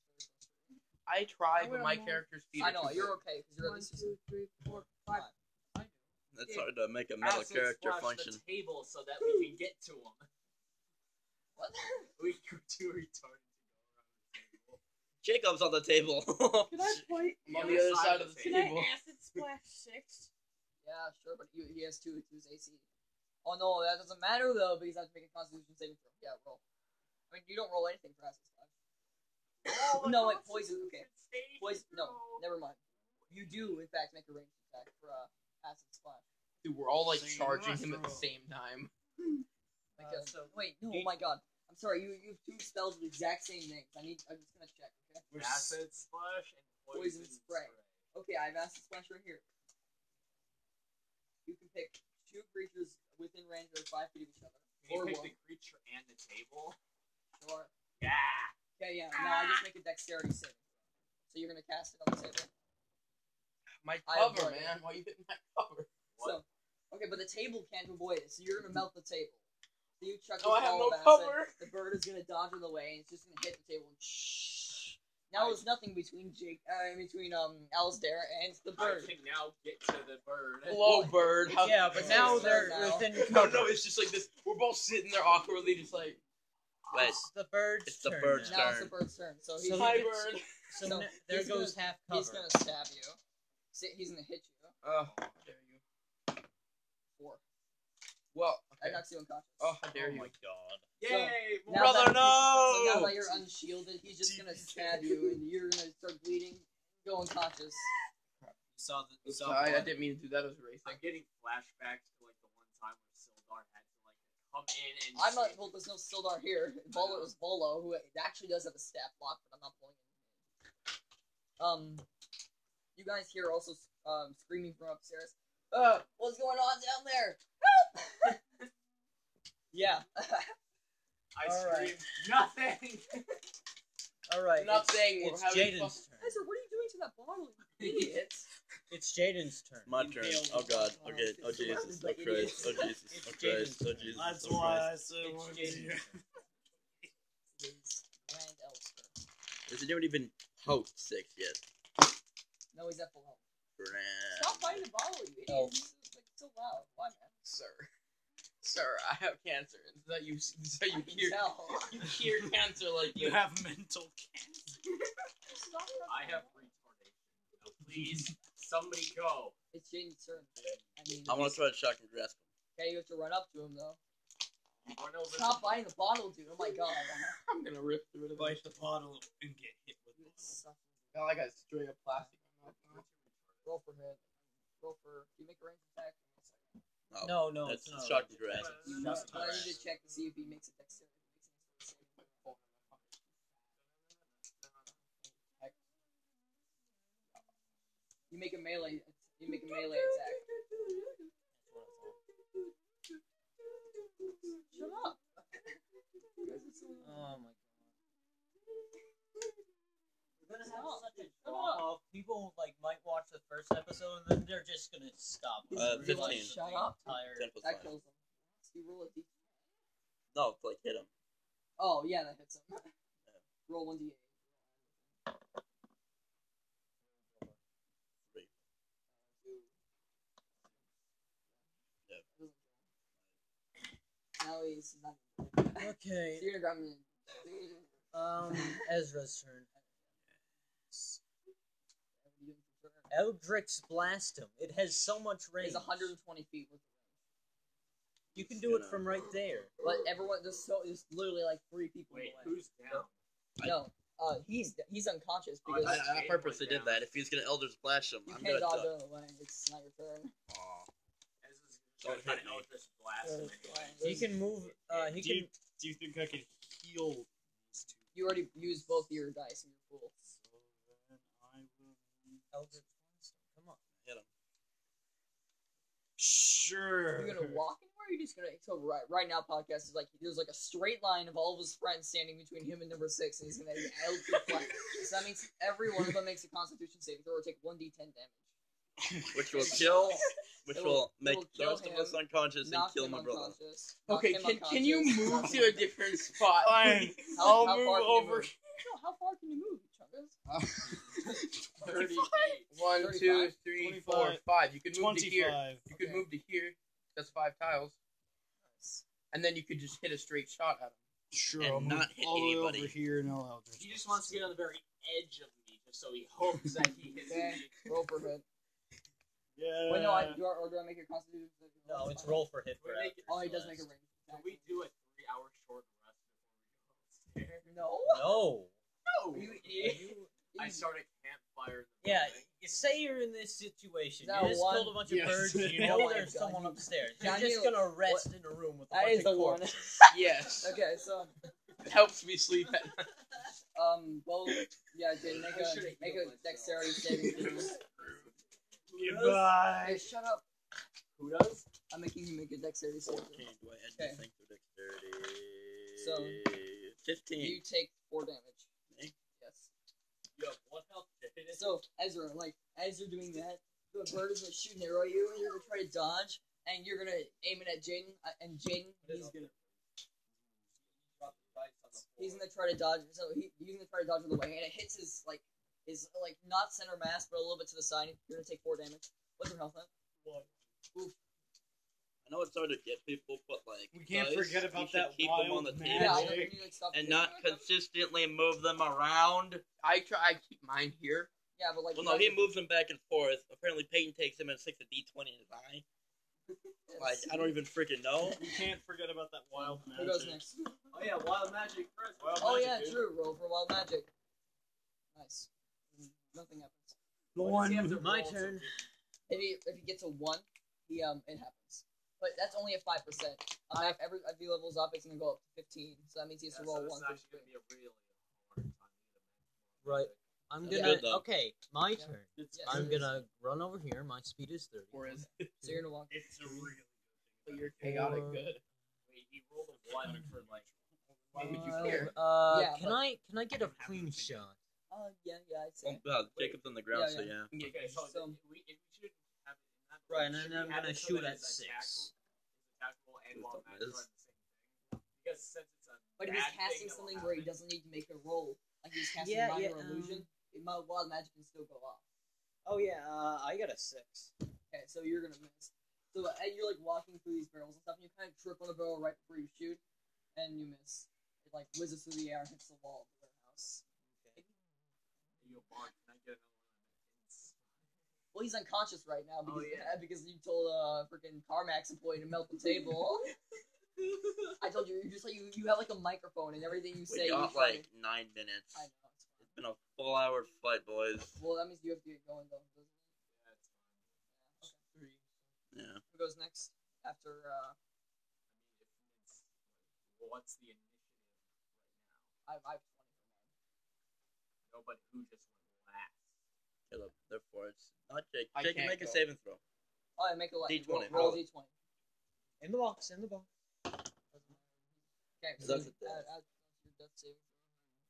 Speaker 5: I try,
Speaker 6: I
Speaker 5: but
Speaker 6: went
Speaker 5: my
Speaker 6: on.
Speaker 5: character's feet.
Speaker 2: I
Speaker 5: are
Speaker 2: know
Speaker 5: too
Speaker 2: you're
Speaker 5: big.
Speaker 2: okay because you're at
Speaker 6: One,
Speaker 2: least
Speaker 6: two, three, four, five.
Speaker 3: That's
Speaker 6: Yeah.
Speaker 3: hard to make a metal
Speaker 8: Acid
Speaker 3: character
Speaker 8: splash
Speaker 3: function.
Speaker 8: The table so that we can get to him.
Speaker 1: (laughs)
Speaker 2: what? (laughs)
Speaker 8: We were too retarded to go around
Speaker 3: Jacob's on the table.
Speaker 6: Can I play?
Speaker 5: I'm on the other side of the
Speaker 6: Can
Speaker 5: table.
Speaker 6: I acid splash six?
Speaker 2: Yeah, sure, but he, he has two to his AC. Oh no, that doesn't matter though because I have to make a Constitution saving throw. Yeah, roll. I mean, you don't roll anything for acid splash.
Speaker 6: Oh,
Speaker 2: no, wait, poison, okay. Poison. No, never mind. You do in fact make a range attack for uh, acid splash.
Speaker 5: Dude, we're all like
Speaker 7: Same
Speaker 5: charging him at the
Speaker 7: restroom.
Speaker 5: same time.
Speaker 2: Like a-
Speaker 4: so-
Speaker 2: wait, no,
Speaker 4: do
Speaker 2: oh my god. I'm sorry. You you have two spells with the exact same names. I need. I'm just gonna check. Okay.
Speaker 8: the table. Acid splash and
Speaker 2: Poison
Speaker 8: poison,
Speaker 2: spray. Okay, I have acid splash right here. You can pick two creatures within range of five feet of each other,
Speaker 8: Can you
Speaker 2: or
Speaker 8: pick
Speaker 2: one.
Speaker 8: the creature and the table?
Speaker 2: Or
Speaker 8: Yeah.
Speaker 2: Okay, yeah. No, I just make a dexterity saving. throw. So you're gonna cast it on the table.
Speaker 5: My
Speaker 2: I have
Speaker 5: cover,
Speaker 2: blood.
Speaker 5: man. Why you hitting my cover?
Speaker 2: So, okay, but the table can't avoid it, so you're gonna melt the table. So you chuck
Speaker 5: Oh,
Speaker 2: this
Speaker 5: I have
Speaker 2: ball
Speaker 5: no
Speaker 2: of acid.
Speaker 5: cover.
Speaker 2: The bird is gonna dodge in the way, and it's just gonna hit the table and shh. Now there's nothing between Jake, uh, between um Alistair and the bird.
Speaker 1: I can now get to the bird. Oh,
Speaker 3: Low bird. how-
Speaker 4: Yeah, but now
Speaker 2: It's
Speaker 4: they're
Speaker 2: there now.
Speaker 4: within
Speaker 3: No,
Speaker 4: cover.
Speaker 3: no, it's just like this. We're both sitting there awkwardly, just like. (laughs) Wait,
Speaker 4: It's the bird's
Speaker 3: It's the
Speaker 4: turn
Speaker 3: bird's
Speaker 4: now.
Speaker 2: Now it's the
Speaker 3: turn.
Speaker 2: bird's turn, so he's,
Speaker 4: So
Speaker 2: gonna-
Speaker 3: hi,
Speaker 4: he gets-
Speaker 3: bird.
Speaker 4: So,
Speaker 2: So
Speaker 4: n- there
Speaker 2: he's
Speaker 4: goes half cover.
Speaker 2: he's gonna stab you. See, he's gonna hit you.
Speaker 3: Oh,
Speaker 2: Four.
Speaker 3: well.
Speaker 2: That knocks you unconscious.
Speaker 3: Oh, how dare
Speaker 5: Oh
Speaker 3: you.
Speaker 5: my god.
Speaker 1: Yay!
Speaker 2: Now
Speaker 3: Brother,
Speaker 2: that-
Speaker 3: no!
Speaker 2: So now that you're unshielded, he's just gonna stab you, and you're gonna start bleeding, go unconscious.
Speaker 7: saw the. You
Speaker 5: Oops,
Speaker 7: saw
Speaker 5: I, I
Speaker 7: blood.
Speaker 5: didn't mean to do that. I was racing.
Speaker 1: I'm getting flashbacks to like the one time where Sildar had to like come in and.
Speaker 2: I'm not.
Speaker 1: save-
Speaker 2: Well, there's no Sildar here. Bolo it was Bolo, who actually does have a stat block, but I'm not pulling it. Um, you guys hear also um, screaming from upstairs. Uh, what's going on down there? (laughs) Help! yeah. (laughs)
Speaker 1: I
Speaker 4: All right.
Speaker 1: screamed (laughs) nothing.
Speaker 4: All right, it's,
Speaker 3: Nothing.
Speaker 4: it's Jaden's turn.
Speaker 6: Ezra, what are you doing to that bottle?
Speaker 2: Idiots.
Speaker 4: It's Jaden's turn.
Speaker 3: My turn. Oh god. Okay. Oh Jesus. Oh Christ. Oh Jesus. Oh Christ. Oh Jesus.
Speaker 8: That's
Speaker 3: Oh
Speaker 8: why
Speaker 3: Christ.
Speaker 8: I said
Speaker 4: It's
Speaker 8: one
Speaker 4: Jaden's (laughs)
Speaker 8: year.
Speaker 4: turn.
Speaker 2: Is Grand Elster.
Speaker 3: Has anyone even poked six yet?
Speaker 2: No, he's at below.
Speaker 3: Brand.
Speaker 2: Stop fighting the bottle, you idiot.
Speaker 4: Oh.
Speaker 2: It's like so loud. Why, man?
Speaker 5: Sir. Sir, I have cancer. Is that you? Is that (laughs)
Speaker 2: I
Speaker 5: you
Speaker 2: can
Speaker 5: hear?
Speaker 2: tell.
Speaker 5: You hear cancer like
Speaker 8: You
Speaker 5: you.
Speaker 8: have mental cancer.
Speaker 6: Stop that
Speaker 1: I have retardation. Now please, somebody go.
Speaker 2: It's Jaden's turn. I mean,
Speaker 3: I want to try to shock and grasp him.
Speaker 2: okay, you have to run up to him though.
Speaker 1: Run over.
Speaker 2: Stop biting the bottle, dude. Oh my god.
Speaker 5: (laughs)
Speaker 2: (laughs)
Speaker 5: I'm gonna rip through it.
Speaker 8: Bite the bottle and get hit with
Speaker 2: You
Speaker 8: the
Speaker 2: suck.
Speaker 5: Now I got straight up plastic.
Speaker 2: Roll for hit. Roll for. Do you make a range attack?
Speaker 3: Oh,
Speaker 4: No, no,
Speaker 3: That's
Speaker 4: it's not.
Speaker 3: shock and
Speaker 1: Uh,
Speaker 3: grasp.
Speaker 2: You
Speaker 8: Just
Speaker 2: but I need to check to see if he makes a dexterity. You make a melee. You make a melee attack. Shut up. (laughs)
Speaker 4: Oh my
Speaker 2: We're
Speaker 4: god.
Speaker 2: gonna have such a
Speaker 4: Come on. People like might watch the first episode and then they're just gonna stop. and
Speaker 3: Uh,
Speaker 4: realize
Speaker 3: 15.
Speaker 4: that
Speaker 2: Shut
Speaker 4: they're
Speaker 2: up.
Speaker 4: Tired.
Speaker 3: Ten plus
Speaker 2: That
Speaker 3: five.
Speaker 2: kills him. So you roll a d.
Speaker 3: No, it's like hit him.
Speaker 2: Oh yeah, that hits him. (laughs) roll one d8.
Speaker 3: Three. Yep.
Speaker 2: Now he's not.
Speaker 4: Okay.
Speaker 2: So you're gonna grab him.
Speaker 4: Um, Ezra's turn.
Speaker 2: and-
Speaker 4: Eldritch Blast him. It has so much range.
Speaker 2: He's 120 feet. With
Speaker 4: You can do it from right there.
Speaker 2: but everyone, there's so there's literally like three people.
Speaker 1: Wait,
Speaker 2: in the way.
Speaker 1: who's down?
Speaker 2: No, uh, he's he's unconscious
Speaker 1: Oh,
Speaker 2: because
Speaker 3: I,
Speaker 1: that's-
Speaker 3: I purposely did that. If he's gonna elder splash him,
Speaker 2: you
Speaker 3: I'm
Speaker 2: can't
Speaker 3: gonna.
Speaker 2: dodge
Speaker 3: duck.
Speaker 2: out of the way. It's not your turn.
Speaker 3: Aw.
Speaker 1: Ezra's
Speaker 3: Don't
Speaker 1: gonna try
Speaker 3: hit
Speaker 1: to
Speaker 3: me.
Speaker 1: Eldritch blast him. anyway.
Speaker 4: He can move. Uh, he
Speaker 8: Do you,
Speaker 4: can.
Speaker 8: do you think I can heal these two?
Speaker 2: You already used both of your dice in your pool.
Speaker 8: So then I will.
Speaker 4: Eldritch Blast him. Come on.
Speaker 8: Sure.
Speaker 2: (laughs) You're gonna walk anywhere? Or you're just gonna so right right now? Podcast is like there's like a straight line of all of his friends standing between him and number six, and he's gonna out So that means every one of them makes a Constitution saving throw or take one d10 damage.
Speaker 3: Which will kill. Which
Speaker 2: It
Speaker 3: will,
Speaker 2: will-
Speaker 3: make
Speaker 2: will
Speaker 3: the
Speaker 2: kill
Speaker 3: rest of us
Speaker 2: him,
Speaker 3: unconscious and
Speaker 2: Knock
Speaker 3: kill
Speaker 2: him
Speaker 3: my brother.
Speaker 2: unconscious. Knock
Speaker 5: Okay,
Speaker 2: him
Speaker 5: can, can you
Speaker 2: unconscious.
Speaker 5: move to a different spot?
Speaker 8: (laughs) (laughs)
Speaker 5: (laughs)
Speaker 8: Fine.
Speaker 2: How-
Speaker 8: I'll
Speaker 2: how
Speaker 8: move
Speaker 2: far can you
Speaker 8: over.
Speaker 2: move? No, how far can you move, Chungus?
Speaker 1: Thirty feet.
Speaker 5: One, two, three, four, five. You can move to here.
Speaker 8: Twenty-five.
Speaker 5: You could
Speaker 2: Okay.
Speaker 5: move to here. That's five tiles. And then you could just hit a straight shot at him.
Speaker 8: Sure.
Speaker 3: And
Speaker 8: I'll move
Speaker 3: not hit
Speaker 8: all the way
Speaker 3: anybody.
Speaker 8: over here and I'll Eldritch.
Speaker 1: He just wants to get on the very edge of me, just so he hopes that he hits me.
Speaker 2: Roll for hit.
Speaker 8: Yeah.
Speaker 2: Wait, no, I, do I, or do I make a Constitution? saving throw?
Speaker 4: No, it's roll for hit for
Speaker 1: We're
Speaker 4: Eldritch
Speaker 1: making-
Speaker 2: Oh, he does make a
Speaker 4: Blast.
Speaker 2: range.
Speaker 1: Can we do a three-hour short rest before we go upstairs?
Speaker 2: No.
Speaker 4: No.
Speaker 1: (laughs) No.
Speaker 2: You
Speaker 4: Are
Speaker 2: idiot.
Speaker 4: you-
Speaker 1: I start a campfire. in the
Speaker 4: Yeah,
Speaker 1: morning.
Speaker 4: you say you're in this situation.
Speaker 2: That
Speaker 4: you just
Speaker 2: one-
Speaker 4: killed a bunch of
Speaker 8: Yes.
Speaker 4: birds.
Speaker 2: (laughs)
Speaker 4: You
Speaker 2: Oh
Speaker 4: know
Speaker 2: my
Speaker 4: there's
Speaker 2: God,
Speaker 4: someone
Speaker 2: you-
Speaker 4: upstairs.
Speaker 2: Yeah,
Speaker 4: You're
Speaker 2: I
Speaker 4: just
Speaker 2: knew-
Speaker 4: gonna rest in a room with a
Speaker 2: That
Speaker 4: bunch
Speaker 2: is
Speaker 4: of
Speaker 2: the one.
Speaker 4: corpses.
Speaker 5: Yes.
Speaker 2: (laughs) Okay, so
Speaker 5: It helps me sleep at night.
Speaker 2: um, well, yeah, Jin, make
Speaker 1: I
Speaker 2: a
Speaker 1: should've
Speaker 2: make
Speaker 1: healed
Speaker 2: a
Speaker 1: myself.
Speaker 2: dexterity saving
Speaker 1: (laughs)
Speaker 2: throw.
Speaker 8: Goodbye.
Speaker 2: Hey, shut up.
Speaker 1: Who does?
Speaker 2: I'm making him make a dexterity saving
Speaker 3: Okay,
Speaker 2: throw.
Speaker 3: do I add
Speaker 2: Okay.
Speaker 3: anything for dexterity?
Speaker 2: So- You
Speaker 3: fifteen.
Speaker 2: take four damage.
Speaker 3: Me?
Speaker 2: Yes.
Speaker 1: You have one health.
Speaker 2: So Ezra, like as you're doing that, the bird is gonna shoot an arrow at you, and you're gonna try to dodge, and you're gonna aim it at Jaden, uh, and Jaden, he's gonna.
Speaker 1: Drop the dice on
Speaker 2: He's gonna try to dodge. So he, he's gonna try to dodge with the way, and it hits his like his like not center mass, but a little bit to the side. You're gonna take four damage. What's your health at?
Speaker 3: I know it's hard to get people, but like
Speaker 12: We can't
Speaker 3: those,
Speaker 12: forget
Speaker 3: we
Speaker 12: about
Speaker 3: should
Speaker 12: that
Speaker 3: Keep them on
Speaker 12: wild
Speaker 3: the
Speaker 12: man.
Speaker 3: table
Speaker 2: Yeah, I
Speaker 12: Magic.
Speaker 2: know, you, like, stop
Speaker 3: and
Speaker 2: doing
Speaker 3: not
Speaker 2: that.
Speaker 3: consistently move them around.
Speaker 5: I try. I keep mine here.
Speaker 2: Yeah, but like
Speaker 3: Well,
Speaker 2: you
Speaker 3: no,
Speaker 2: guys-
Speaker 3: he moves them back and forth. Apparently, Peyton takes him and sticks a D twenty in his eye. Like I don't even freaking know.
Speaker 12: We can't forget about that wild
Speaker 2: Who
Speaker 12: magic.
Speaker 2: goes next?
Speaker 1: Oh yeah, wild magic present.
Speaker 12: Wild
Speaker 2: Oh
Speaker 12: magic,
Speaker 2: yeah,
Speaker 12: dude.
Speaker 2: Drew. Roll for wild magic. Nice. Mm, Nothing happens.
Speaker 8: The
Speaker 1: Does he
Speaker 8: one.
Speaker 1: have to
Speaker 8: My
Speaker 1: roll
Speaker 8: turn.
Speaker 2: If he if he gets a one, he um it happens. But that's only at five percent. Um, if every if he levels up, it's gonna go up to fifteen. So that means he has
Speaker 1: Yeah,
Speaker 2: to
Speaker 1: so
Speaker 2: roll
Speaker 1: this
Speaker 2: one.
Speaker 1: is
Speaker 2: for
Speaker 1: actually gonna be a really hard time.
Speaker 8: Right. I'm
Speaker 2: Yeah,
Speaker 8: gonna.
Speaker 3: good though.
Speaker 8: okay, my
Speaker 2: Yeah.
Speaker 8: turn.
Speaker 2: three. Yeah,
Speaker 8: I'm
Speaker 2: so it's-
Speaker 8: gonna run over here. My speed is 30.
Speaker 5: Or is
Speaker 2: So you're gonna walk.
Speaker 12: It's a really
Speaker 5: it your chaotic
Speaker 8: Or-
Speaker 5: good?
Speaker 1: Wait, he rolled a one for like.
Speaker 5: Why would you
Speaker 8: Uh,
Speaker 5: care?
Speaker 8: Uh,
Speaker 2: Yeah,
Speaker 8: can
Speaker 2: but-
Speaker 8: I can I get a clean shot?
Speaker 2: Uh, yeah, yeah, I'd
Speaker 3: Oh
Speaker 2: say.
Speaker 3: god, Jacob's on the ground,
Speaker 2: Yeah,
Speaker 3: so yeah.
Speaker 1: Okay, so,
Speaker 2: So-
Speaker 1: if we, if we should have it in that
Speaker 8: Right, and
Speaker 1: should
Speaker 8: then I'm
Speaker 1: we have
Speaker 8: gonna
Speaker 1: it so
Speaker 8: shoot
Speaker 1: that
Speaker 8: at
Speaker 1: it's
Speaker 8: six.
Speaker 1: attack- it's attackable and
Speaker 3: That's
Speaker 1: wild
Speaker 3: what it
Speaker 1: magic are the
Speaker 3: is.
Speaker 1: same thing. Because since it's a
Speaker 2: But if
Speaker 1: bad
Speaker 2: he's
Speaker 1: thing
Speaker 2: casting
Speaker 1: that will
Speaker 2: something where he
Speaker 1: happen-
Speaker 2: doesn't need to make a roll, like he's casting
Speaker 8: Yeah,
Speaker 2: minor
Speaker 8: yeah,
Speaker 2: illusion, it might, wild magic can still go off.
Speaker 8: Oh yeah, uh, I got a six.
Speaker 2: Okay, so you're gonna miss. So uh, you're like walking through these barrels and stuff, and you kind of trip on the barrel right before you shoot, and you miss. It like whizzes through the air and hits the wall of the warehouse.
Speaker 1: You bark, can I get another one?
Speaker 2: Well, he's unconscious right now
Speaker 1: Oh,
Speaker 2: because
Speaker 1: yeah.
Speaker 2: uh, because you told a uh, freaking Carmax employee to melt the table. I told you, you just like you, you have like a microphone and everything you say.
Speaker 3: We
Speaker 2: you
Speaker 3: got
Speaker 2: fucking-
Speaker 3: like nine minutes.
Speaker 2: I know. It's fine.
Speaker 3: It's been a full hour fight, boys.
Speaker 2: Well, that means you have to get going though. doesn't it?
Speaker 3: Yeah.
Speaker 2: Who goes next after? uh
Speaker 1: What's the initiative
Speaker 2: I,
Speaker 1: right
Speaker 2: I have 20
Speaker 1: now? Nobody who just went last.
Speaker 3: Caleb, they're forts. Not Jake.
Speaker 5: I
Speaker 3: Jake,
Speaker 5: can't
Speaker 3: make a
Speaker 5: go.
Speaker 3: saving throw.
Speaker 2: Oh, yeah, make a light. Roll,
Speaker 3: D20,
Speaker 2: roll
Speaker 3: roll
Speaker 2: a d20.
Speaker 8: In the box. In the box.
Speaker 2: Okay,
Speaker 3: Is
Speaker 2: so
Speaker 3: that
Speaker 2: you-
Speaker 3: the death?
Speaker 2: add- add your death saving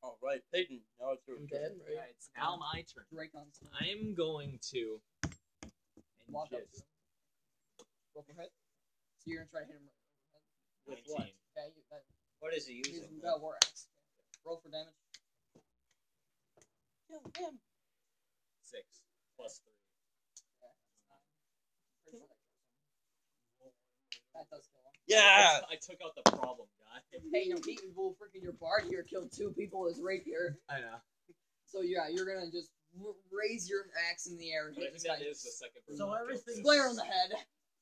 Speaker 3: All right, Peyton. Now it's your turn.
Speaker 5: right?
Speaker 1: it's
Speaker 12: Now my turn.
Speaker 2: throw. Dracon's turn.
Speaker 12: I'm going to. and
Speaker 2: walk up to
Speaker 12: just-
Speaker 2: him. Roll for hit. So you're gonna try to hit him right over
Speaker 8: With what?
Speaker 2: the head. Okay, you, that,
Speaker 8: What is he
Speaker 2: he's
Speaker 8: using?
Speaker 2: got war axe. Roll for damage.
Speaker 8: Kill him.
Speaker 1: Six plus three.
Speaker 2: Pretty sure That does kill him.
Speaker 3: Yeah.
Speaker 1: I took out the problem, guy.
Speaker 2: Hey, you're beating bull freaking your bard here killed two people with his rapier.
Speaker 1: I know.
Speaker 2: So yeah, you're gonna just r- raise your axe in the air and
Speaker 1: But I
Speaker 2: hit
Speaker 1: think
Speaker 2: this
Speaker 1: that
Speaker 2: guy.
Speaker 1: is the second person.
Speaker 8: So
Speaker 1: I've killed
Speaker 8: everything-
Speaker 1: too.
Speaker 2: Square on the head,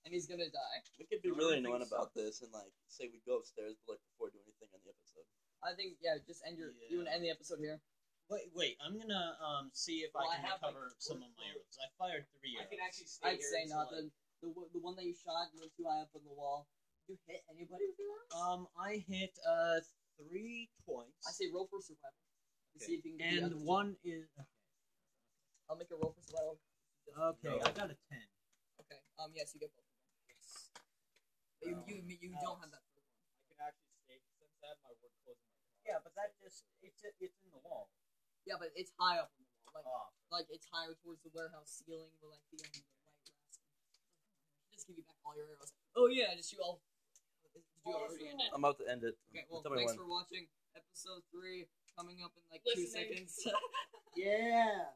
Speaker 2: and he's gonna die.
Speaker 3: We could be really annoying about this and like say we go upstairs, but like before doing anything on the episode.
Speaker 2: I think yeah, just end your. You wanna end the episode here?
Speaker 12: Wait, wait. I'm gonna um see if
Speaker 2: Well,
Speaker 12: I
Speaker 2: I
Speaker 12: can
Speaker 2: have, like,
Speaker 12: recover some of my
Speaker 2: workflow.
Speaker 12: arrows. I fired three
Speaker 1: I
Speaker 12: arrows.
Speaker 1: can actually stay
Speaker 2: I'd
Speaker 1: here
Speaker 2: say
Speaker 1: until,
Speaker 2: not.
Speaker 1: like,
Speaker 2: The, the one- the one that you shot and the two high up on the wall. You hit anybody with your axe?
Speaker 12: Um, I hit uh three twice.
Speaker 2: I say roll for survival. And See if you can get the
Speaker 12: and
Speaker 2: other two.
Speaker 12: one is
Speaker 2: I'll make a roll for survival.
Speaker 12: okay. I got a ten.
Speaker 2: Okay. Um. Yes, you get both. Yes. But you you you don't have that. third one.
Speaker 1: I can actually stay since I have my work clothes.
Speaker 12: Yeah, but that just it's it's in the wall.
Speaker 2: Yeah, but it's high up on the wall. Like
Speaker 12: Oh.
Speaker 2: like it's higher towards the warehouse ceiling where like the um, the white glass. Just give you back all your arrows. Oh yeah, just you all. Did you already end it?
Speaker 3: I'm about to end it.
Speaker 2: Okay. Well,
Speaker 3: Tell me
Speaker 2: thanks
Speaker 3: when.
Speaker 2: for watching episode three. Coming up in like two (laughs)
Speaker 1: Listening.
Speaker 2: seconds.
Speaker 12: Yeah.